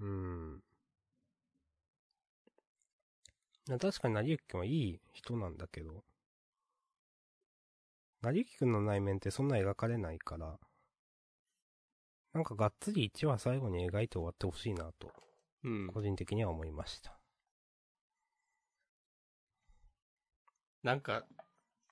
S2: ーん。な確かになりゆきくんはいい人なんだけど、なりゆきくんの内面ってそんな描かれないから、なんかがっつり1話最後に描いて終わってほしいなと、
S1: うん。
S2: 個人的には思いました。
S1: なんか、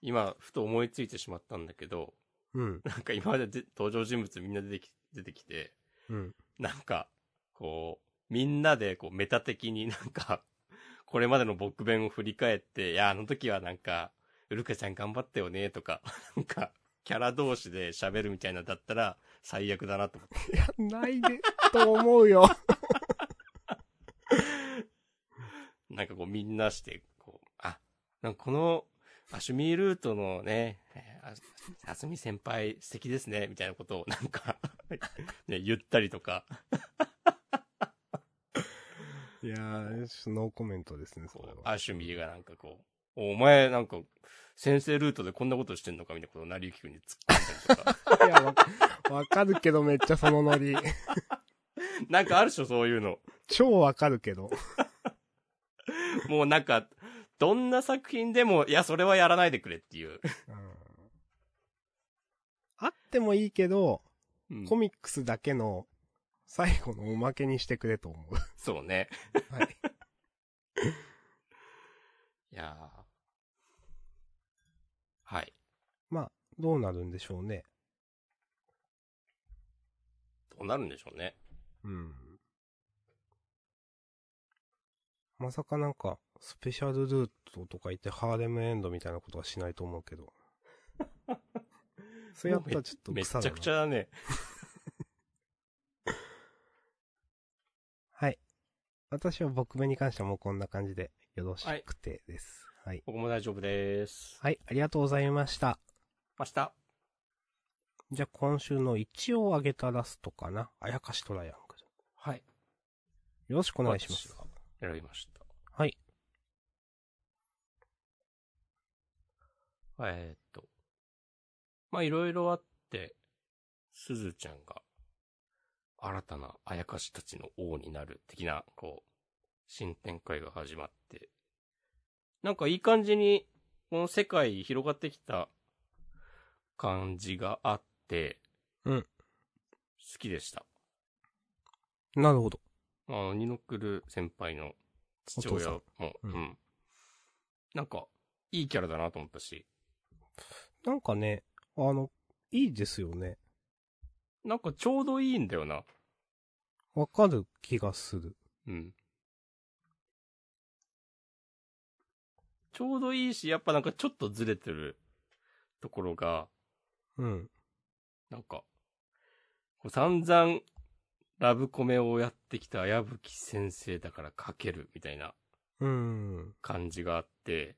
S1: 今、ふと思いついてしまったんだけど、
S2: うん、
S1: なんか今までで登場人物みんな出てき、出てきて、
S2: うん、
S1: なんか、こう、みんなで、こう、メタ的になんか、 これまでの僕弁を振り返って、いや、あの時はなんか、うるかちゃん頑張ったよね、とか、 なんか、キャラ同士で喋るみたいなのだったら、最悪だなと思って。
S2: いや、ないで、と思うよ。
S1: なんかこう、みんなして、こう、あ、なんかこの、アシュミールートのね、えーああすみ先輩素敵ですね、みたいなことをなんか、 ね、言ったりとか、
S2: いやー、ちょっとノーコメントですね、そ
S1: こ
S2: れ
S1: う、
S2: は。
S1: アシュミーがなんかこう、おお前なんか、先生ルートでこんなことしてんのかみたいなことをなりゆきくんに突っ込んだりとか。
S2: いや、わわかるけどめっちゃそのノリ。
S1: なんかあるでしょ、そういうの。
S2: 超わかるけど。
S1: もうなんか、どんな作品でも、いや、それはやらないでくれっていう。
S2: あってもいいけど、
S1: うん
S2: コミックスだけの最後のおまけにしてくれと思う。
S1: そうね。
S2: はい。
S1: いやーはい。
S2: まあ、どう なるんでしょうね。
S1: どうなるんでしょうね。
S2: うん。まさかなんか、スペシャルルートとか言ってハーレムエンドみたいなことはしないと思う けど。それやったらちょっと
S1: めち
S2: 草
S1: ゃ
S2: だな
S1: くちゃだね。
S2: はい。私は僕目に関してはもうこんな感じでよろしくてです。はい。
S1: 僕も大丈夫です。
S2: はい、ありがとうございました。
S1: 明日。
S2: じゃあ今週の一応あげたラストかな。あやかしトライアングル。
S1: はい。
S2: よろしくお願いしま
S1: 私
S2: す。
S1: は選びました。
S2: はい。
S1: えーっと。まあ、いろいろあって、すずちゃんが、新たなあやかしたちの王になる的な、こう、新展開が始まって、なんかいい感じに、この世界広がってきた感じがあって、
S2: うん
S1: 好きでした。
S2: なるほど。
S1: あの、ニノクル先輩の父親も、
S2: お父さん
S1: うん。なんか、いいキャラだなと思ったし、
S2: なんかね、あの、いいですよね。
S1: なんかちょうどいいんだよな。
S2: わかる気がする。
S1: うん。ちょうどいいし、やっぱなんかちょっとずれてるところが、
S2: うん。
S1: なんか、こう散々ラブコメをやってきた矢吹先生だから書けるみたいな
S2: うん。
S1: 感じがあって、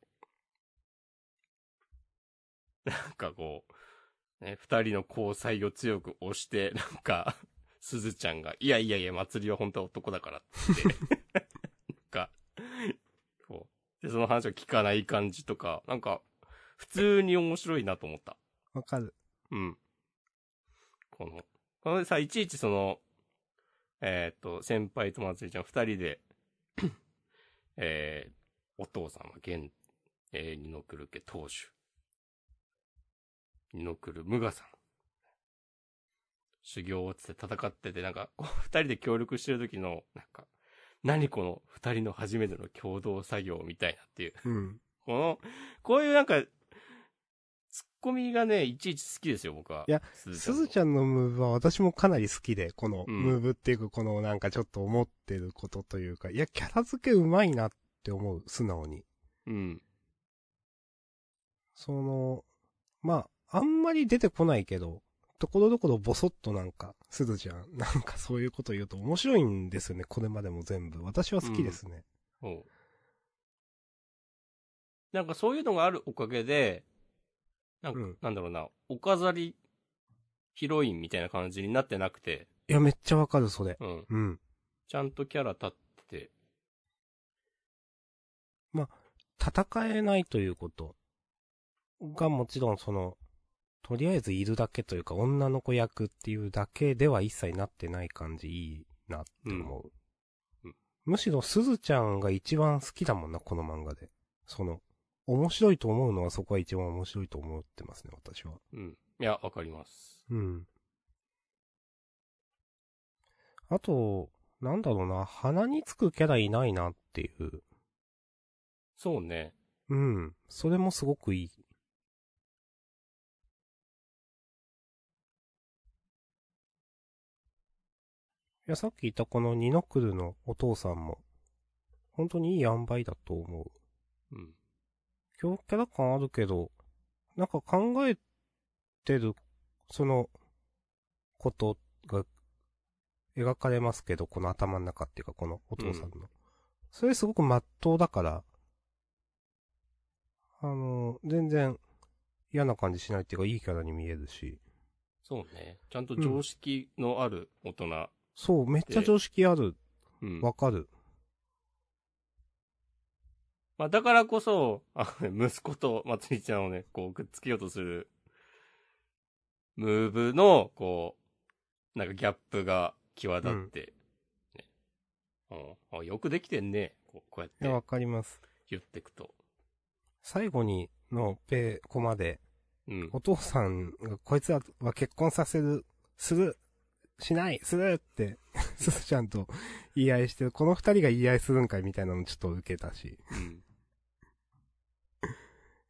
S1: なんかこう、ね、二人の交際を強く押して、なんか、すずちゃんが、いやいやいや、祭りは本当は男だからって言って、なんか、こう、で、その話を聞かない感じとか、なんか、普通に面白いなと思った。
S2: わかる。
S1: うん。この、このさ、いちいちその、えーっ、と、先輩とまつりちゃん二人で、 えー、お父さんは現、えー、二の来家当主。二の来無我さん。修行をつって戦ってて、なんか、こう二人で協力してる時の、なんか、何この二人の初めての共同作業みたいなっていう。
S2: うん。
S1: この、こういうなんか、ツッコミがね、いちいち好きですよ、僕は。
S2: いや、
S1: す
S2: すずちゃんのムーブは私もかなり好きで、この
S1: うん
S2: ムーブっていうか、このなんかちょっと思ってることというか、いや、キャラ付けうまいなって思う、素直に。
S1: うん。
S2: その、まあ、あんまり出てこないけど、ところどころボソッとなんか、すずちゃん、 なんかそういうこと言うと面白いんですよね、これまでも全部。私は好きですね。
S1: おうなんかそういうのがあるおかげで、なんか、
S2: うん
S1: なんだろうな、お飾りヒロインみたいな感じになってなくて、
S2: いや、めっちゃわかる、それ。
S1: うん。
S2: うん。
S1: ちゃんとキャラ立ってて、
S2: 戦えないということがもちろんその、とりあえずいるだけというか、女の子役っていうだけでは一切なってない感じ、いいなって思う。
S1: うんうん
S2: むしろ、すずちゃんが一番好きだもんな、この漫画で。その、面白いと思うのはそこは一番面白いと思ってますね、私は。
S1: うん。いや、わかります。
S2: うん。あと、なんだろうな、鼻につくキャラいないなっていう。
S1: そうね。
S2: うん。それもすごくいい。いや、さっき言ったこのニノクルのお父さんも、本当にいい塩梅だと思う。
S1: うん。
S2: 強キャラ感あるけど、なんか考えてる、その、ことが、描かれますけど、この頭の中っていうか、このお父さんの。それすごく真っ当だから、あの、全然嫌な感じしないっていうか、いいキャラに見えるし。
S1: そうね。ちゃんと常識のある大人。
S2: そう、めっちゃ常識ある。
S1: うん。
S2: わかる。
S1: まあ、だからこそ、あ息子とまつりちゃんをね、こう、くっつけようとする、ムーブの、こう、なんかギャップが際立って、ねうんあよくできてんね。こうこう
S2: いや、
S1: やっ
S2: わ
S1: て
S2: かります。
S1: 言ってくと。
S2: 最後に、の、ペコマで、
S1: うん。
S2: お父さんが、こいつらは結婚させる、する、しない、するって、 すずちゃんと言い合いしてる、この二人が言い合いするんかいみたいなのちょっと受けたし。
S1: うん。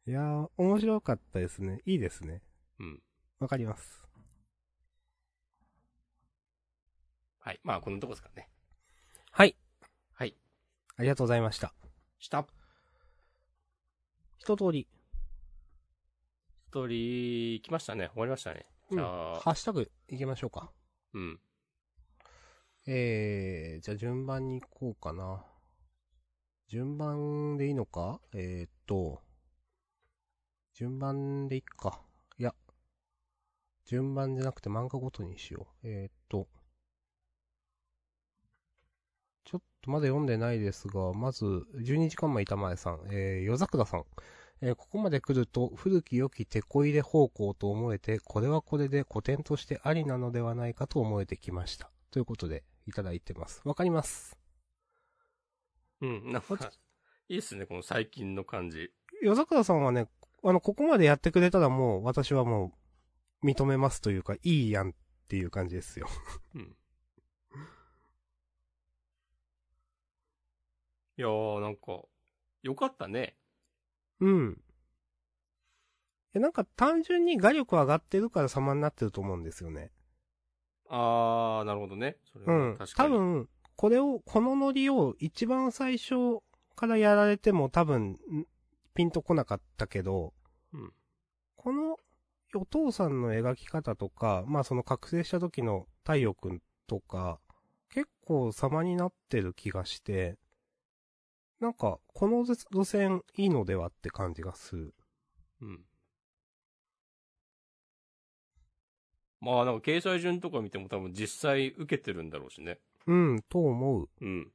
S2: いやー、面白かったですね。いいですね。
S1: うん。
S2: わかります。
S1: はい。まあ、このとこですからね。
S2: はい。
S1: はい。
S2: ありがとうございました。
S1: 下。
S2: 一通り。
S1: ストーリー、来ましたね。終わりましたね。
S2: うん
S1: じ
S2: ハ
S1: ゃあ、
S2: ッシュタグいきましょうか。
S1: うん。
S2: えー、じゃあ順番に行こうかな。順番でいいのかえー、っと、順番でいっか。いや、順番じゃなくて漫画ごとにしよう。えー、っと、ちょっとまだ読んでないですが、まず、12時間前板前さん、えー、夜桜さん。えーここまで来ると古き良き手こ入れ方向と思えて、これはこれで古典としてありなのではないかと思えてきました。ということで、いただいてます。わかります。
S1: うん。なん
S2: こっ
S1: か、いいっすね。この最近の感じ。
S2: 夜桜さんはね、あの、ここまでやってくれたらもう、私はもう、認めますというか、いいやんっていう感じですよ。
S1: うん。いやー、なんか、よかったね。
S2: うん。や、なんか単純に画力上がってるから様になってると思うんですよね。
S1: あー、なるほどね。それ
S2: う
S1: は
S2: ん
S1: 確。か
S2: 多
S1: に。
S2: 分、これを、このノリを一番最初からやられても多分、んピンとこなかったけど、
S1: うん
S2: このお父さんの描き方とか、まあその覚醒した時の太陽くんとか、結構様になってる気がして、なんか、この路路線いいのではって感じがする。
S1: うん。まあ、なんか掲載順とか見ても多分実際受けてるんだろうしね。
S2: うん、と思う。
S1: うん。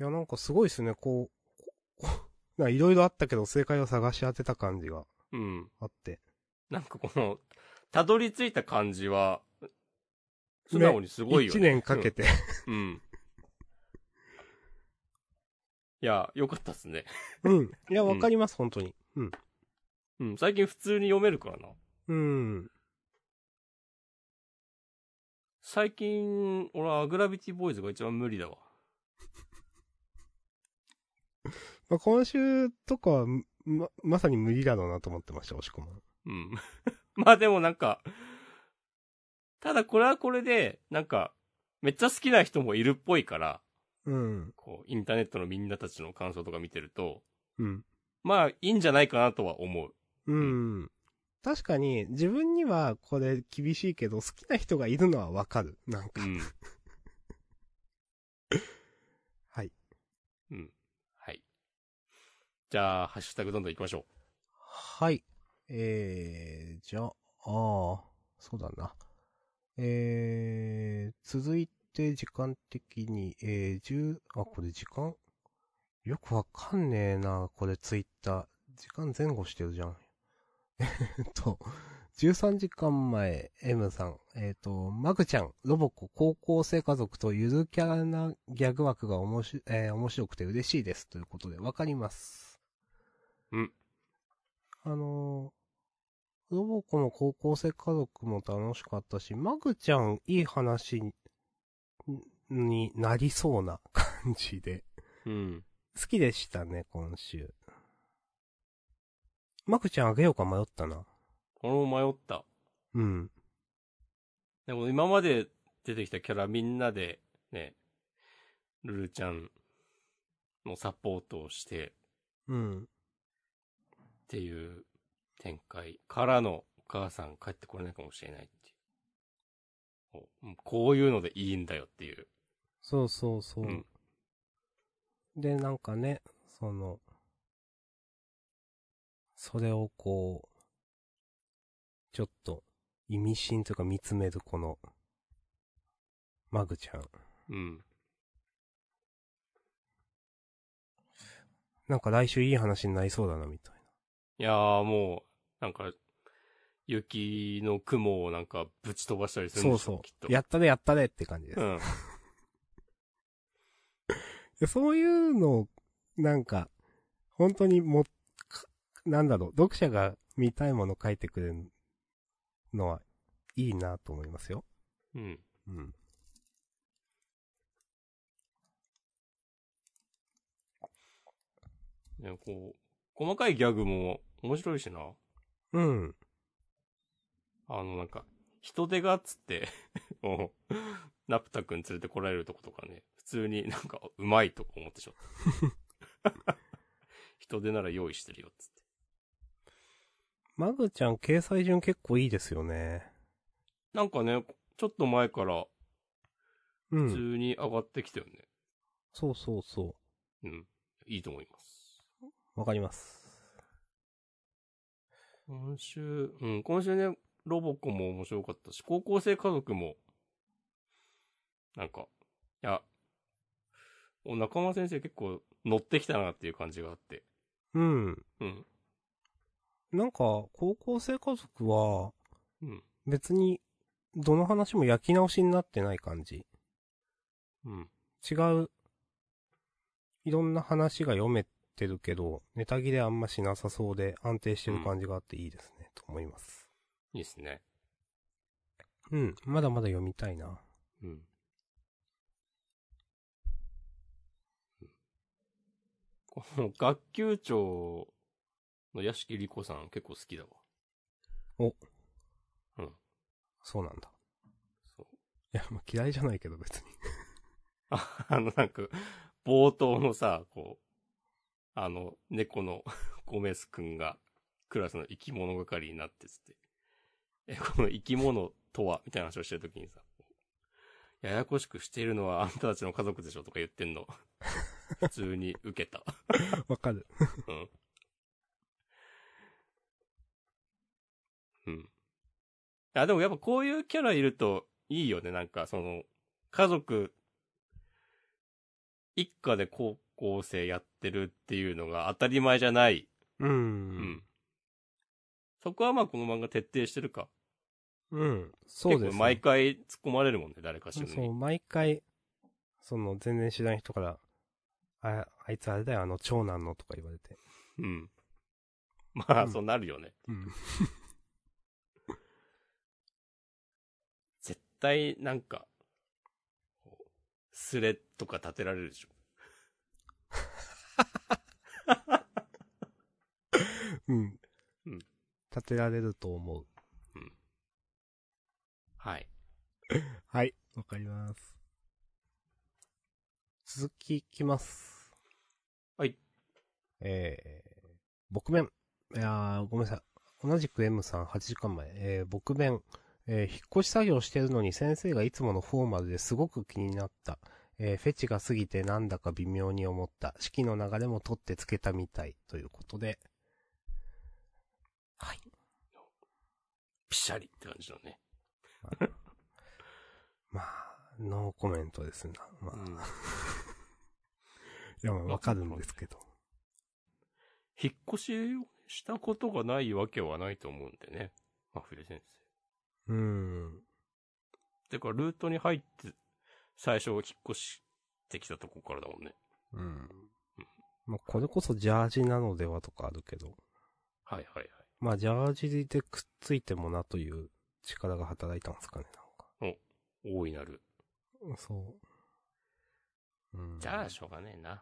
S2: いや、なんかすごいですね、こう、 こうなんかいろいろあったけど正解を探し当てた感じが
S1: うん。
S2: あって。
S1: なんかこの、たどり着いた感じは、素直にすごいよね。
S2: 一年かけて。
S1: うん。うん。いや、よかったっすね。
S2: うん。いや、
S1: うん
S2: わかります、本当に。うん。
S1: うん。最近普通に読めるからな。
S2: うん。
S1: 最近、俺はグラビティボーイズが一番無理だわ。
S2: まあ、今週とかは、ま、まさに無理だろうなと思ってました、押し込まん。
S1: うん。 まあでもなんか、ただこれはこれで、なんか、めっちゃ好きな人もいるっぽいから、
S2: うん。
S1: こう、インターネットのみんなたちの感想とか見てると、
S2: うん。
S1: まあ、いいんじゃないかなとは思う。
S2: うん。確かに、自分にはこれ厳しいけど、好きな人がいるのはわかる。なん
S1: う
S2: か。
S1: ん。
S2: はい。
S1: うん。はい。じゃあ、ハッシュタグどんどん行きましょ
S2: はい。えー、じゃあ、あーそうだな。えー、続いて時間的に、えー、10、あ、これ時間よくわかんねえな、これツイッター。時間前後してるじゃん。えーっと、13時間前、M さん。えーっと、マグちゃん、ロボコ、高校生家族とゆるキャラなギャグ枠がおもし、えー面白くて嬉しいです。ということで、わかります。あのー、ロボコも高校生家族も楽しかったし、マグちゃんいい話にになりそうな感じで。
S1: う。うん。
S2: 好きでしたね、今週。マグちゃんあげようか迷ったな。
S1: 俺も迷った。
S2: うん。
S1: でも今まで出てきたキャラみんなで、ね、ルルちゃんのサポートをして、
S2: うん。
S1: っていう展開からのお母さん帰ってこれないかもしれないっていう。こううんこういうのでいいんだよっていう。
S2: そうそうそう。
S1: うん
S2: で、なんかね、その、それをこう、ちょっと、意味深というか見つめるこの、マグちゃん。
S1: うん。
S2: なんか来週いい話になりそうだな、みたい
S1: いやーもう、なんか、雪の雲をなんかぶち飛ばしたりす
S2: な。
S1: るん
S2: そう
S1: でしょ
S2: そ
S1: きっと。
S2: う。やったね、やったねって感じです。
S1: うん。
S2: でそういうのを、なんか、本当にも、かなんだろう、読者が見たいもの書いてくれるのは、いいなと思いますよ。
S1: うん。
S2: うん。
S1: ね、こう、細かいギャグも面白いしな。
S2: うん。
S1: あの、なんか、人手がっつって、 もう、ナプタ君連れてこられるとことかね、普通になんか、うまいと思ってしまった。人手なら用意してるよ、つって。
S2: マグちゃん、掲載順結構いいですよね。
S1: なんかね、ちょっと前から、
S2: う
S1: 普
S2: ん。
S1: 通に上がってきたよね。
S2: そうそうそ
S1: うん。いいと思います。
S2: う。わかります。
S1: 今週、うん、今週ね、ロボコも面白かったし、高校生家族も、なんか、いや、お中村先生結構乗ってきたなっていう感じがあって、
S2: うん。
S1: うん、
S2: なんか、高校生家族は、
S1: うん。
S2: 別に、どの話も焼き直しになってない感じ。
S1: うん。
S2: 違う、いろんな話が読めてるけど、ネタ切れあんましなさそうで安定してる感じがあっていいですね、と思います。
S1: いいですね。
S2: うん、まだまだ読みたいな。
S1: うん。 この学級長の屋敷里子さん結構好きだわ。
S2: そうなんだ。
S1: そう。
S2: いや、まあ、嫌いじゃないけど別に。
S1: ああの、なんか、冒頭のさ、こう、あの、猫の ゴメス君が、クラスの生き物係になってつって、え、この生き物とは、みたいな話をしてるときにさ、ややこしくしているのはあんたたちの家族でしょとか言ってんの。 普通に受けた。
S2: わかる。
S1: うん。うん。あ、でもやっぱこういうキャラいるといいよね。なんかその、家族、一家で高校生やってるっていうのが当たり前じゃない。
S2: う。。
S1: うんそこはまあこの漫画徹底してるか。
S2: うん。そうです、
S1: 結構毎回突っ込まれるもんね、誰かしら
S2: そ
S1: に。
S2: う、毎回、その、全然知らない人から、あ、あいつあれだよ、あの、長男のとか言われて。
S1: うん。まあ、
S2: うん
S1: そうなるよね。
S2: うん。
S1: 絶対なんか、こうスレとか立てられるでしょ。
S2: うん。
S1: うん
S2: 立てられると思う。
S1: はい。
S2: はい。わかります。続きいきます。
S1: はい。
S2: えー、僕弁。いやー、ごめんなさい。同じく M さん8時間前。えー、僕弁。えー、引っ越し作業してるのに先生がいつものフォーマルですごく気になった。えー、フェチが過ぎてなんだか微妙に思った。式の流れも取ってつけたみたい。ということで。はい。
S1: ピシャリって感じのね。
S2: まあ、ノーコメントですな。まあ、
S1: うん
S2: いや、まあわかるんですけど。
S1: 引っ越しをしたことがないわけはないと思うんでね。マフレ先
S2: うーん。
S1: 生。てか、ルートに入って、最初引っ越してきたとこからだもんね。
S2: うん。まあ、これこそジャージなのではとかあるけど。
S1: はいはい
S2: まあ、ジャージでくっついてもなという力が働いたんですかね、
S1: はい。大いなる。
S2: なんか。そう。うん。
S1: じゃあ、しょうがねえな。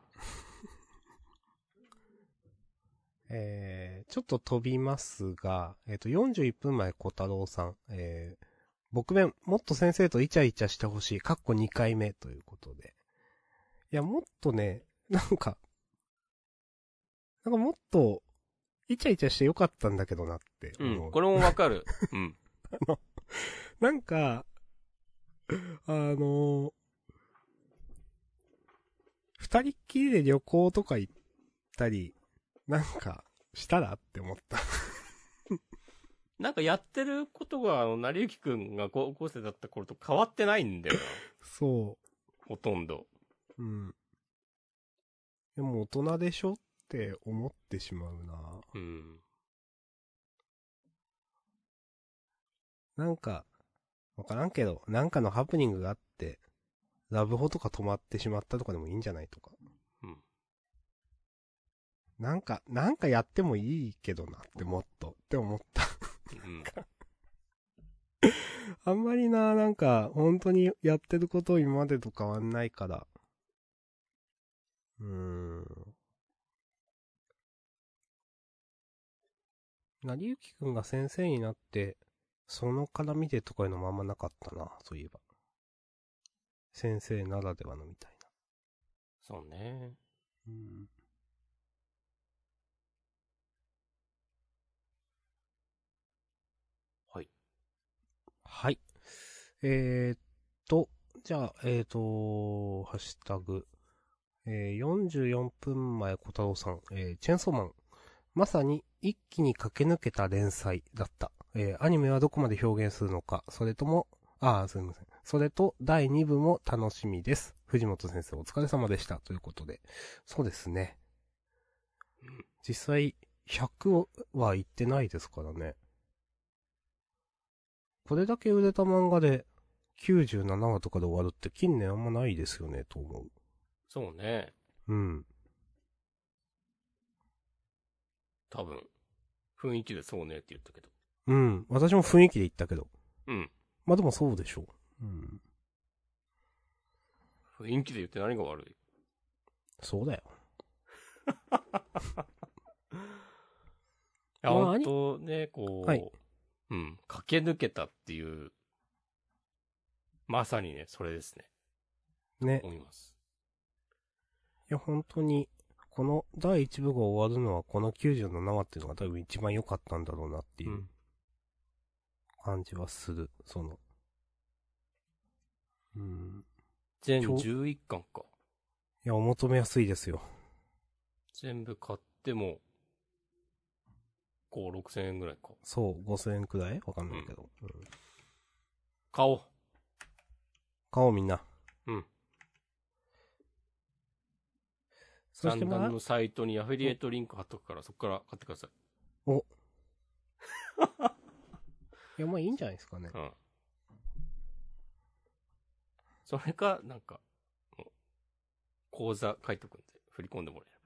S2: えー、ちょっと飛びますが、えっ、と、41分前、小太郎さん、えー、僕弁、もっと先生とイチャイチャしてほしい、かっこ2回目ということで。いや、もっとね、なんか、なんかもっと、イチャイチャしてよかったんだけどなって
S1: う
S2: 思う。
S1: ん。これもわかる。 うん。
S2: なんか、あの二人っきりで旅行とか行ったり、なんか、したらって思った。
S1: なんかやってることが、あの、成幸くんが高校生だった頃と変わってないんだよな。
S2: そう。
S1: ほとんど。
S2: うん。でも大人でしょって思ってしまうな。
S1: うん。
S2: なんか、わからんけど、なんかのハプニングがあって、ラブホとか止まってしまったとかでもいいんじゃないとか。
S1: うん。
S2: なんか、なんかやってもいいけどなってもっとって思った。
S1: うん。
S2: あんまりな、なんか、本当にやってること今までと変わんないから。うーん。なりゆきくんが先生になって、その絡みでとかいうのもあんまなかったな、そういえば。先生ならではのみたいな。
S1: そうね。
S2: うん。
S1: はい。
S2: はい。えー、っと、じゃあ、えー、っと、ハッシュタグ。えー、44分前、小太郎さん。えー、チェンソーマン。まさに一気に駆け抜けた連載だった。えー、アニメはどこまで表現するのか、それとも、ああ、すみません。それと、第2部も楽しみです。藤本先生お疲れ様でした。ということで。そうですね。実際、100は行ってないですからね。これだけ売れた漫画で、97話とかで終わるって近年あんまないですよね、と思
S1: そうね。
S2: う。うん。
S1: 多分。雰囲気でそうねって言ったけど。
S2: うん。私も雰囲気で言ったけど。
S1: うん。
S2: まあでもそうでしょう。うん。
S1: 雰囲気で言って何が悪い
S2: そうだよ。
S1: や、
S2: まあ
S1: 本当ね、こう、
S2: はい
S1: うん、駆け抜けたっていう、まさにね、それですね。
S2: ね。
S1: 思います。
S2: いや、本当に、この第1部が終わるのは、この97話っていうのが多分一番良かったんだろうなっていう感じはする。その、うん。
S1: 全
S2: 今日
S1: 11巻か。
S2: いや、お求めやすいですよ。
S1: 全部買っても、こう、6000円ぐらいか。
S2: そう、5000円くらいわかんないけど。うん
S1: 買おう。
S2: 買おうみんな。
S1: うん。ジ
S2: そ
S1: ャ
S2: して
S1: ン
S2: ま
S1: ダ
S2: あ
S1: ンの、サイトにアフィリエイトリンク貼っとくから、そこから買ってください。
S2: いや、まあいいんじゃないですかね。
S1: うん。それか、なんか、もう口座書いとくんで、振り込んでもらえれ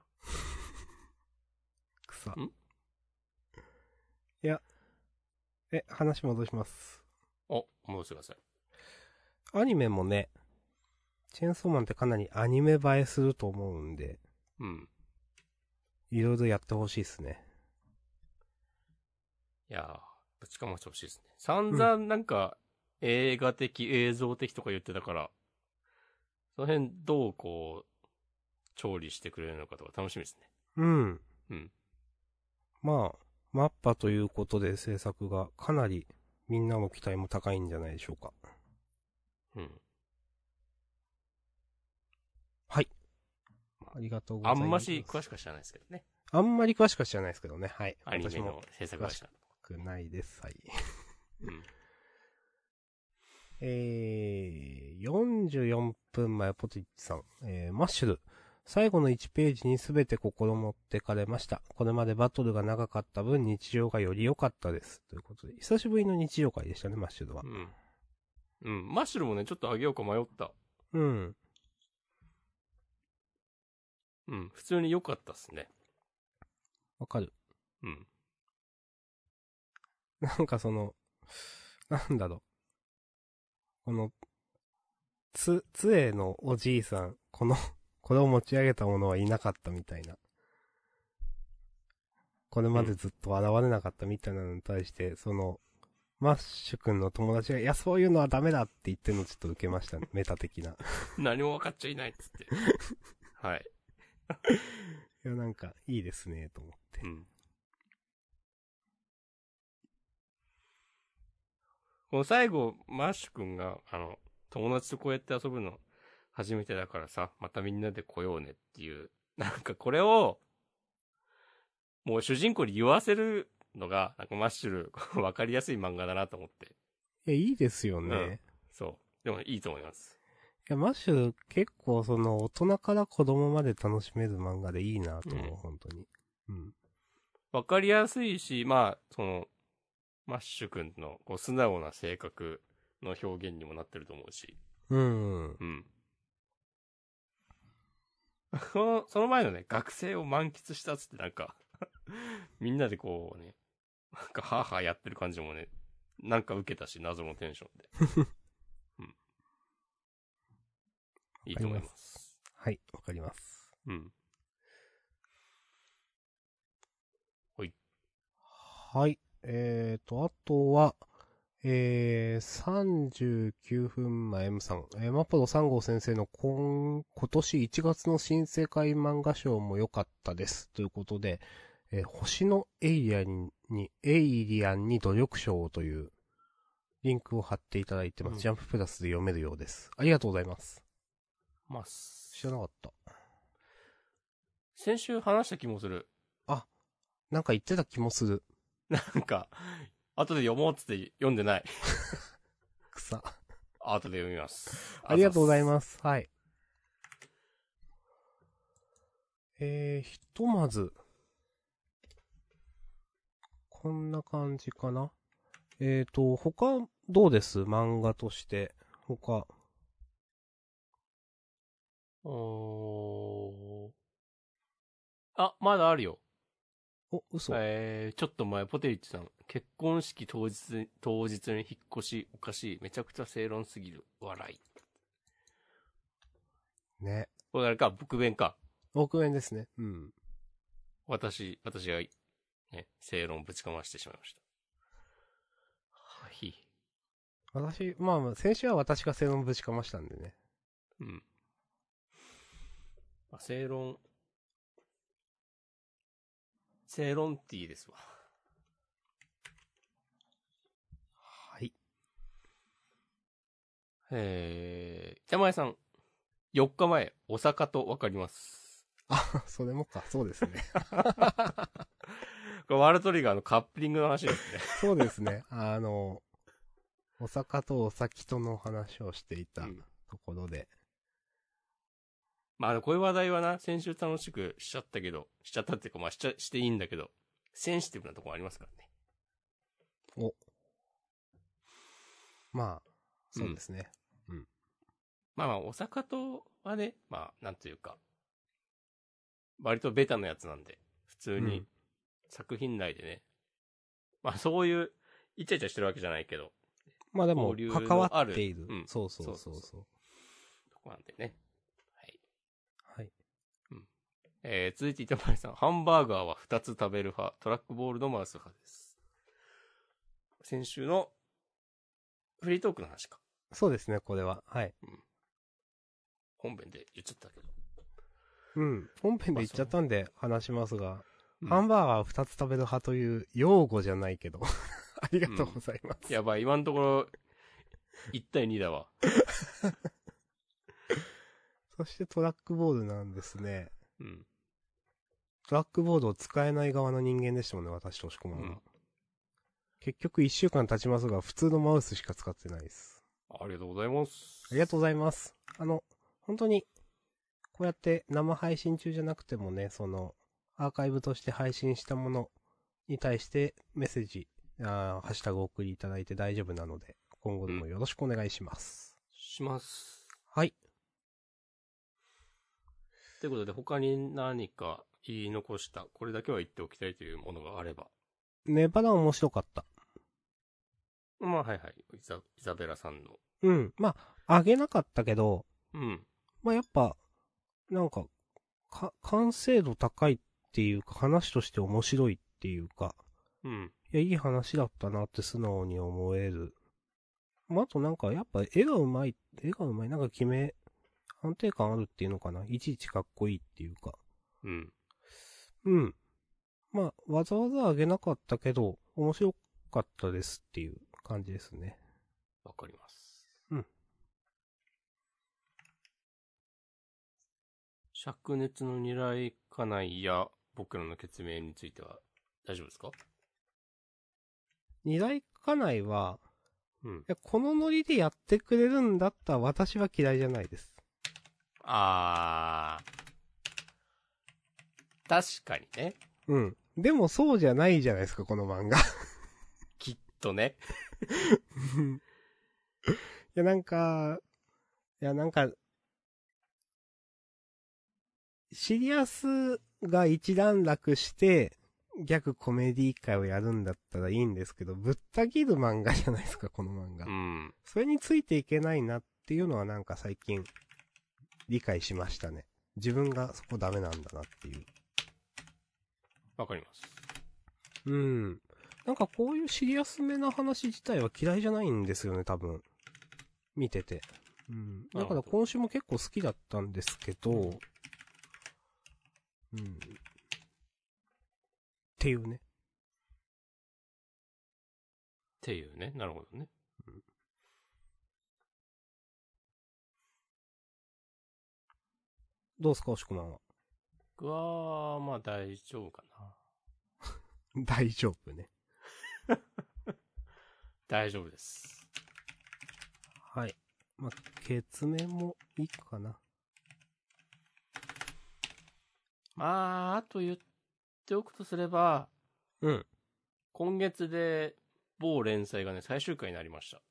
S1: ば。
S2: 草。
S1: ん
S2: いや、え、話戻します。
S1: お、戻してください。
S2: アニメもね、チェーンソーマンってかなりアニメ映えすると思うんで、
S1: うん。
S2: いろいろやってほしいですね。
S1: いやー、ぶちかましてほしいですね。散々なんか、映画的、映像的とか言ってたから、その辺どうこう、調理してくれるのかとか楽しみですね。
S2: うん。
S1: うん。
S2: まあ、マッパということで制作がかなりみんなの期待も高いんじゃないでしょうか。
S1: うん。
S2: ありがとうござ
S1: あ
S2: います。
S1: んまし詳しくは知らないですけどね。
S2: あんまり詳しくは知らないですけどね。はい。
S1: アニメ
S2: 私も
S1: の制作会社。
S2: 詳しくないです。はい。
S1: うん。
S2: えー、44分前、ポティッチさん。えー、マッシュル。最後の1ページに全て心持ってかれました。これまでバトルが長かった分、日常がより良かったです。ということで、久しぶりの日常会でしたね、マッシュルは
S1: う。ん。うん。マッシュルもね、ちょっとあげようか迷った。
S2: うん。
S1: うん。普通に良かったっすね。
S2: わかる。
S1: うん。
S2: なんかその、なんだろう。この、つ、杖のおじいさん、この、 これを持ち上げた者はいなかったみたいな。これまでずっと現れなかったみたいなのに対して、その、マッシュ君の友達が、いや、そういうのはダメだって言ってるのちょっと受けましたね。メタ的な。
S1: 何も分かっちゃいないっつ って。はい。
S2: いや、なんか、いいですね、と思って
S1: う。ん。この最後、マッシュくんが、あの、友達とこうやって遊ぶの初めてだからさ、またみんなで来ようねっていう、なんかこれを、もう主人公に言わせるのが、なんかマッシュル、 わかりやすい漫画だなと思って。
S2: いや、いいですよね。
S1: うんそう。でもいいと思います。
S2: いや、マッシュ、結構その、大人から子供まで楽しめる漫画でいいなと思う、
S1: うん
S2: 本当に。うん。
S1: わかりやすいし、まあ、その、マッシュくんの、こう、素直な性格の表現にもなってると思うし。
S2: うん。
S1: うん。 その、その前のね、学生を満喫したっつってなんか、 みんなでこうね、なんかハーハーやってる感じもね、なんか受けたし、謎のテンションで。 うん。いいと思います。
S2: はい、わかります。
S1: うん。
S2: はい。えーと、あとは、えー、39分前 M さん。えー、マポロ3号先生の今、今年1月の新世界漫画賞も良かったです。ということで、えー星のエイリアンに、エイリアンに努力賞をという、リンクを貼っていただいてます。
S1: うん
S2: ジャンププラスで読めるようです。ありがとうございます。
S1: まあ、
S2: 知らなかった。
S1: 先週話した気もする。
S2: なんか言ってた気もする。
S1: なんか、後で読もうっつって読んでない。
S2: 草。
S1: 後で読みます。
S2: ありがとうござい
S1: す。
S2: ます。はい。えー、ひとまず、こんな感じかな。えーと、他、どうです漫画として。他。
S1: おーあ、まだあるよ。
S2: お、嘘。
S1: えー、ちょっと前、ポテリッチさん、結婚式当日、当日に引っ越し、おかしい、めちゃくちゃ正論すぎる、笑い。
S2: ね。
S1: これあれか、僕弁か。
S2: 億円ですね。うん。
S1: 私、私がね、正論ぶちかましてしまいました。はい。
S2: 私、まあまあ、先週は私が正論ぶちかましたんでね。
S1: うん。まあ、正論。正論ティーですわ。
S2: はい。
S1: えー、北前さん。4日前、お坂とわかり ます。
S2: あ、それもか。そ うですね。
S1: これワールドトリガーのカップリングの話ですね。
S2: そうですね。あの、お坂とお先との話をしていた
S1: うん
S2: ところで。
S1: まああの、こういう話題はな、先週楽しくしちゃったけど、しちゃったっていうか、まあしちゃ、していいんだけど、センシティブなところありますからね。
S2: まあ、そうですね。
S1: まあまあ、お坂とはね、まあ、なんというか、割とベタなやつなんで、普通
S2: う
S1: に
S2: ん
S1: 作品内でね、まあそういう、イチャイチャしてるわけじゃないけど、
S2: まあでも
S1: 交流、の
S2: 関わっている
S1: あるうん。
S2: そうそうそ
S1: そうう
S2: そう。
S1: とこなんでね。はい。
S2: はい。
S1: えー、続いて板前さん、ハンバーガーは2つ食べる派、トラックボールのマウス派です。先週の、フリートークの話か。
S2: そうですね、これは。はい。
S1: 本編で言っちゃったけど。
S2: うん。本編で言っちゃったんで話しますが、
S1: うん
S2: ハンバーガーを2つ食べる派という用語じゃないけど。 ありがとうございます。
S1: やばい、今のところ、1対2だわ。
S2: そしてトラックボールなんですね。
S1: うん。
S2: トラックボードを使えない側の人間でしたもんね、私としこ
S1: う
S2: まんは。
S1: ん。
S2: 結局1週間経ちますが、普通のマウスしか使ってないです。
S1: ありがとうございます。
S2: ありがとうございます。あの、本当に、こうやって生配信中じゃなくてもね、その、アーカイブとして配信したものに対してメッセージ、あーハッシュタグを送りいただいて大丈夫なので、今後ともよろしくお願いします。
S1: します。
S2: はい。
S1: ということで、他に何か言い残した、これだけは言っておきたいというものがあれば。
S2: ネバダ面白かった。
S1: まあ、はいはい。イザイザベラさんの。
S2: うん。まあ、あげなかったけど、
S1: うん。
S2: まあ、やっぱ、なんか、か、完成度高いっていうか、話として面白いっていうか、
S1: うん。
S2: いや、いい話だったなって素直に思える。まあ、あとなんか、やっぱ絵がうまい、絵がうまい、なんか決め、安定感あるっていうのかな。いちいちかっこいいっていうか。
S1: うん。
S2: うん。まあ、わざわざあげなかったけど、面白かったですっていう感じですね。
S1: わかります。
S2: うん。
S1: 灼熱の二来家内や僕らの決明については大丈夫ですか
S2: 二大家内は、
S1: うん
S2: い。や、このノリでやってくれるんだったら私は嫌いじゃないです。
S1: あー。確かにね。
S2: うん。でもそうじゃないじゃないですか、この漫画。い
S1: きっとね。
S2: や、なんか、いや、なんか、シリアスが一段落して、逆コメディ会をやるんだったらいいんですけど、ぶった切る漫画じゃないですか、この漫画
S1: う。ん。
S2: それについていけないなっていうのはなんか最近、理解しましたね。自分がそこダメなんだなっていう。
S1: わかります。
S2: うん。なんかこういうシリアスめな話自体は嫌いじゃないんですよね、多分。見てて。うん。だ
S1: なる
S2: か
S1: ほ
S2: ら
S1: ど
S2: 今週も結構好きだったんですけど、うん。っていうね。
S1: っていうね。なるほどね。
S2: どうすか、おしこまんは。
S1: 僕は、まあ大丈夫かな。
S2: 大丈夫ね。
S1: 大丈夫です。
S2: はい。まあ、決めもいいかな。
S1: まあ、あと言っておくとすれば、
S2: うん。
S1: 今月で某連載がね、最終回になりました。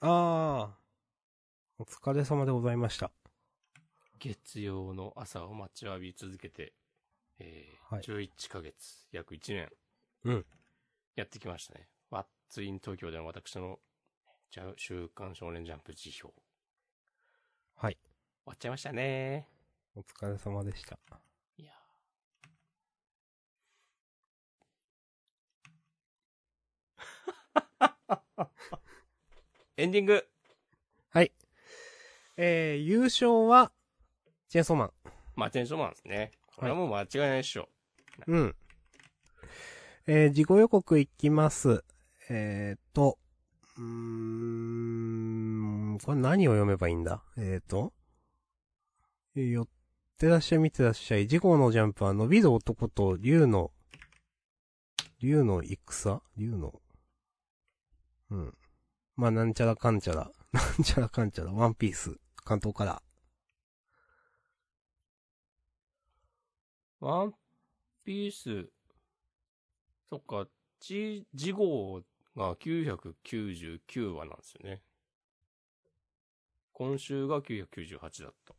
S2: あー。お疲れ様でございました。
S1: 月曜の朝を待ちわび続けて、えー
S2: はい
S1: 11ヶ月、約1年。
S2: うん
S1: やってきましたね。ワッツイン東京での私の、じゃ週刊少年ジャンプ辞表。終
S2: はい。
S1: わっちゃいましたね。
S2: お疲れ様でした。
S1: いや エンディング
S2: はい。えー、優勝は、チェーンソーマン。
S1: まあ、チェンソーマンですね。これはもう間違いないでしょ。
S2: うん。えー、自己予告いきます。えーっと、うーん、これ何を読めばいいんだえーっと、えー寄ってらっしゃい、見てらっしゃい。自己のジャンプは伸びる男と竜の、竜の戦竜の、うん。まあ、なんちゃらかんちゃら、 なんちゃらかんちゃら、ワンピース、関東から。
S1: ワンピース、そっか、ち、次号が999話なんですよね。今週が998だった。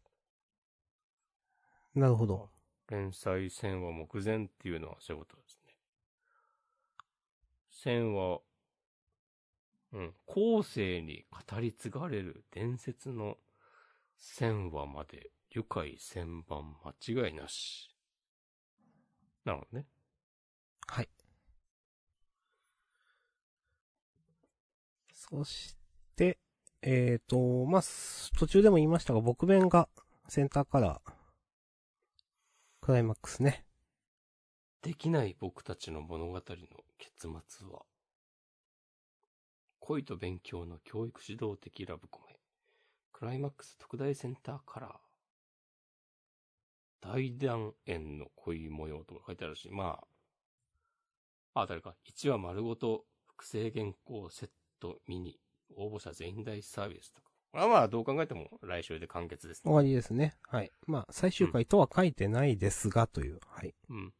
S2: なるほど。
S1: 連載1000話目前っていうのはそういうことですね。1000話、うん、後世に語り継がれる伝説の1000話まで、愉快千番間違いなし。なのね。
S2: はい。そして、えっ、と、まあ、す途中でも言いましたが、僕弁がセンターカラー、クライマックスね。
S1: できない僕たちの物語の結末は、恋と勉強の教育指導的ラブコメ、クライマックス特大センターカラー、大断円の恋模様とか書いてあるし、まあ、あ、誰か、1話丸ごと複製原稿セットミニ、応募者全員大サービスとか。これはまあ、どう考えても来週で完結です
S2: 終
S1: ね。
S2: わりですね。はい。まあ、最終回とは書いてないですが、という。はい。
S1: うん。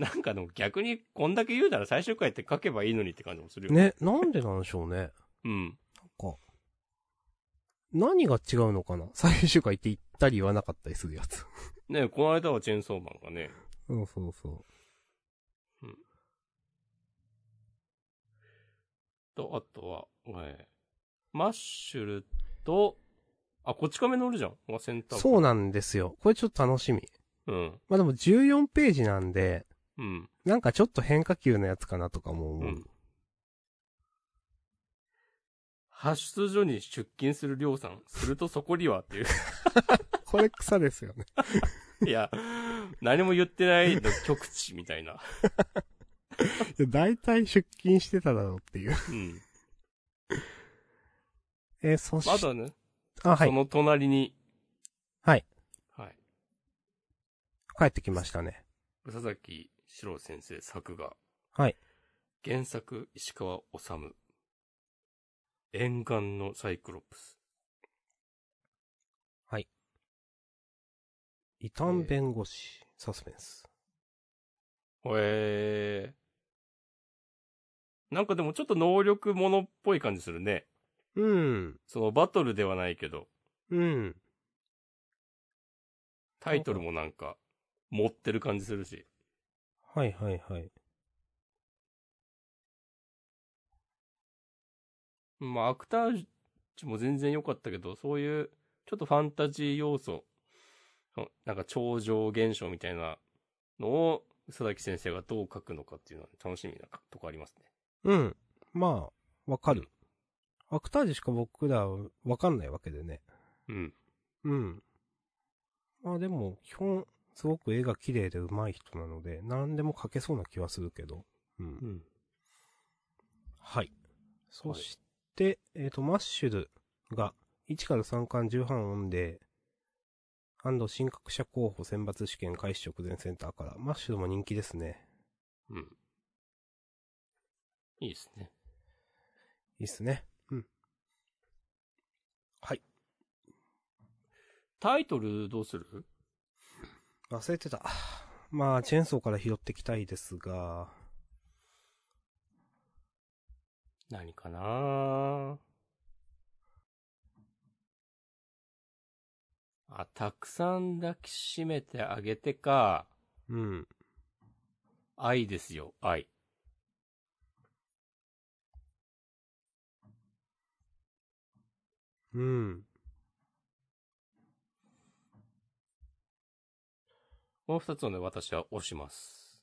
S1: なんかでも逆にこんだけ言うなら最終回って書けばいいのにって感じもするよね。
S2: ね、なんでなんでしょうね。
S1: うん。
S2: なんか、何が違うのかな最終回って言ったり言わなかったりするやつ。
S1: ねこの間はチェーンソーマンがね。
S2: そうそうそ
S1: と、あとは、えーマッシュルと、あ、こち亀乗るじゃん。がセンタ
S2: う。
S1: ー。
S2: そうなんですよ。これちょっと楽しみ。
S1: うん。
S2: まあ、でも14ページなんで、
S1: うん。
S2: なんかちょっと変化球のやつかなとかも
S1: う
S2: 思う。
S1: ん。発出所に出勤するりょうさん。するとそこにはって いう。
S2: これ草ですよね。
S1: いや、何も言ってないの極地みたいな。
S2: いや大体出勤してただろうっていう。
S1: うん。
S2: えーそし、
S1: あとはね、
S2: あ、は
S1: そ
S2: い。
S1: の隣に。
S2: はい。
S1: はい。
S2: 帰ってきましたね。
S1: 宇佐崎史郎先生作画。
S2: はい。
S1: 原作、石川治。沿岸のサイクロプス。
S2: 異端弁護士、サスペンス。
S1: へえ。なんかでもちょっと能力者っぽい感じするね。
S2: うん。
S1: そのバトルではないけど、
S2: うん。
S1: タイトルもなんか、持ってる感じするし。
S2: はいはいはい。
S1: まあ、アクタージュも全然良かったけど、そういう、ちょっとファンタジー要素、うんなんか超常現象みたいなのを、宇佐崎先生がどう書くのかっていうのは楽しみなとこありますね。
S2: うん。まあ、わかる。アクタージュしか僕らはわかんないわけでね。
S1: うん。
S2: うん。まあでも、基本、すごく絵が綺麗で上手い人なので、何でも描けそうな気はするけど。うん
S1: うん。
S2: はい。そして、えっ、と、マッシュルが1から3巻重版オンデー、新格者候補選抜試験開始直前センターから、マッシュルも人気ですね。
S1: うん。いいですね。
S2: いいっすね。うん。はい。
S1: タイトルどうする
S2: 忘れてた。まあ、チェーンソーから拾ってきたいですが、
S1: 何かなあ、たくさん抱きしめてあげてか、
S2: うん。
S1: 愛ですよ、愛。
S2: うん。
S1: この二つをね、私は押します。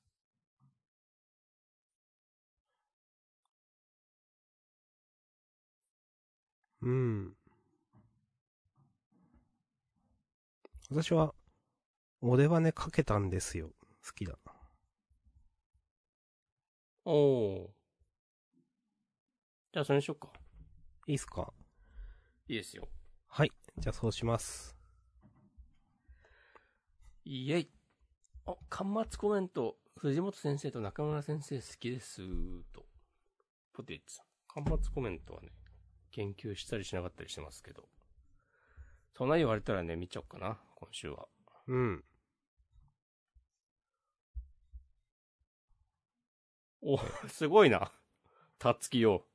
S2: うん。私は、俺はね、かけたんですよ。好きだな。
S1: おお。じゃあ、それにしよっか。
S2: いいっすか
S1: いいですよ。
S2: はい。じゃあそうします。
S1: イエイ。あ、端末コメント。藤本先生と中村先生好きです。と。ポテチさん。端末コメントはね、研究したりしなかったりしてますけど。そんな言われたらね、見ちゃおうかな。今週は。
S2: うん。
S1: お、すごいな。たつきよ。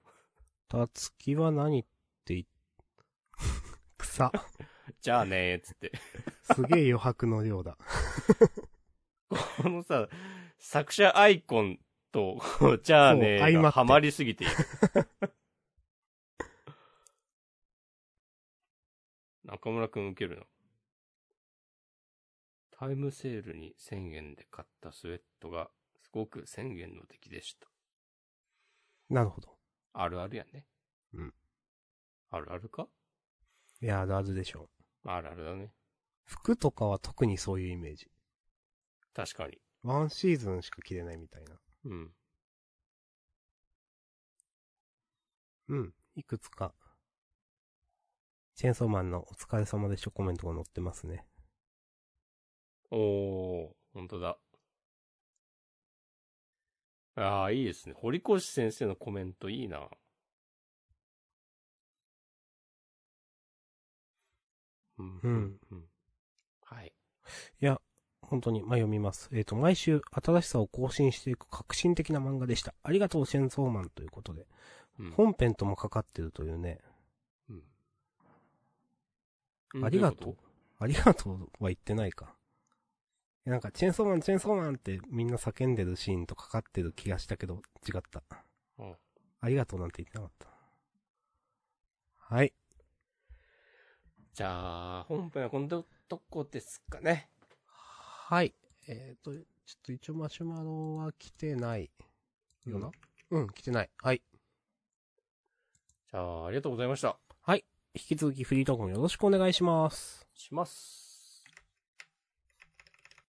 S2: たつきは何って言っ、 草。
S1: じゃあねー、つって。
S2: すげえ余白の量だ。
S1: このさ、作者アイコンと、 こうじゃあね
S2: そう
S1: ー
S2: 相ま
S1: が
S2: って
S1: ハマりす ぎている。中村くん受けるな。タイムセールに1000円で買ったスウェットがすごく1000円の出来でした。
S2: なるほど。
S1: あるあるやね。
S2: うん。
S1: あるあるか
S2: いや、あるあるでしょう。
S1: まああるあるだね。
S2: 服とかは特にそういうイメージ。
S1: 確かに。
S2: ワンシーズンしか着れないみたいな。
S1: うん。
S2: うん。いくつか。チェーンソーマンのお疲れ様でしょコメントが載ってますね。
S1: おー、ほんとだ。ああ、いいですね。堀越先生のコメントいいな。うん
S2: うん。
S1: うんはい。
S2: 本当に、まあ、読みます。えっ、と、毎週新しさを更新していく革新的な漫画でした。ありがとう、チェーンソーマンということで。
S1: うん
S2: 本編ともかかってるというね。
S1: うん
S2: ありがとう
S1: どいこ
S2: ありがとうは言ってないか。なんか、チェーンソーマン、チェーンソーマンってみんな叫んでるシーンとかかってる気がしたけど、違った。
S1: うん
S2: ありがとうなんて言ってなかった。はい。
S1: じゃあ、本編はこんなとこですかね。
S2: はい。えっ、と、ちょっと一応マシュマロは来てない。よな、うん、来てない。はい。
S1: じゃあ、ありがとうございました。
S2: 引き続きフリートークもよろしくお願いします。
S1: します。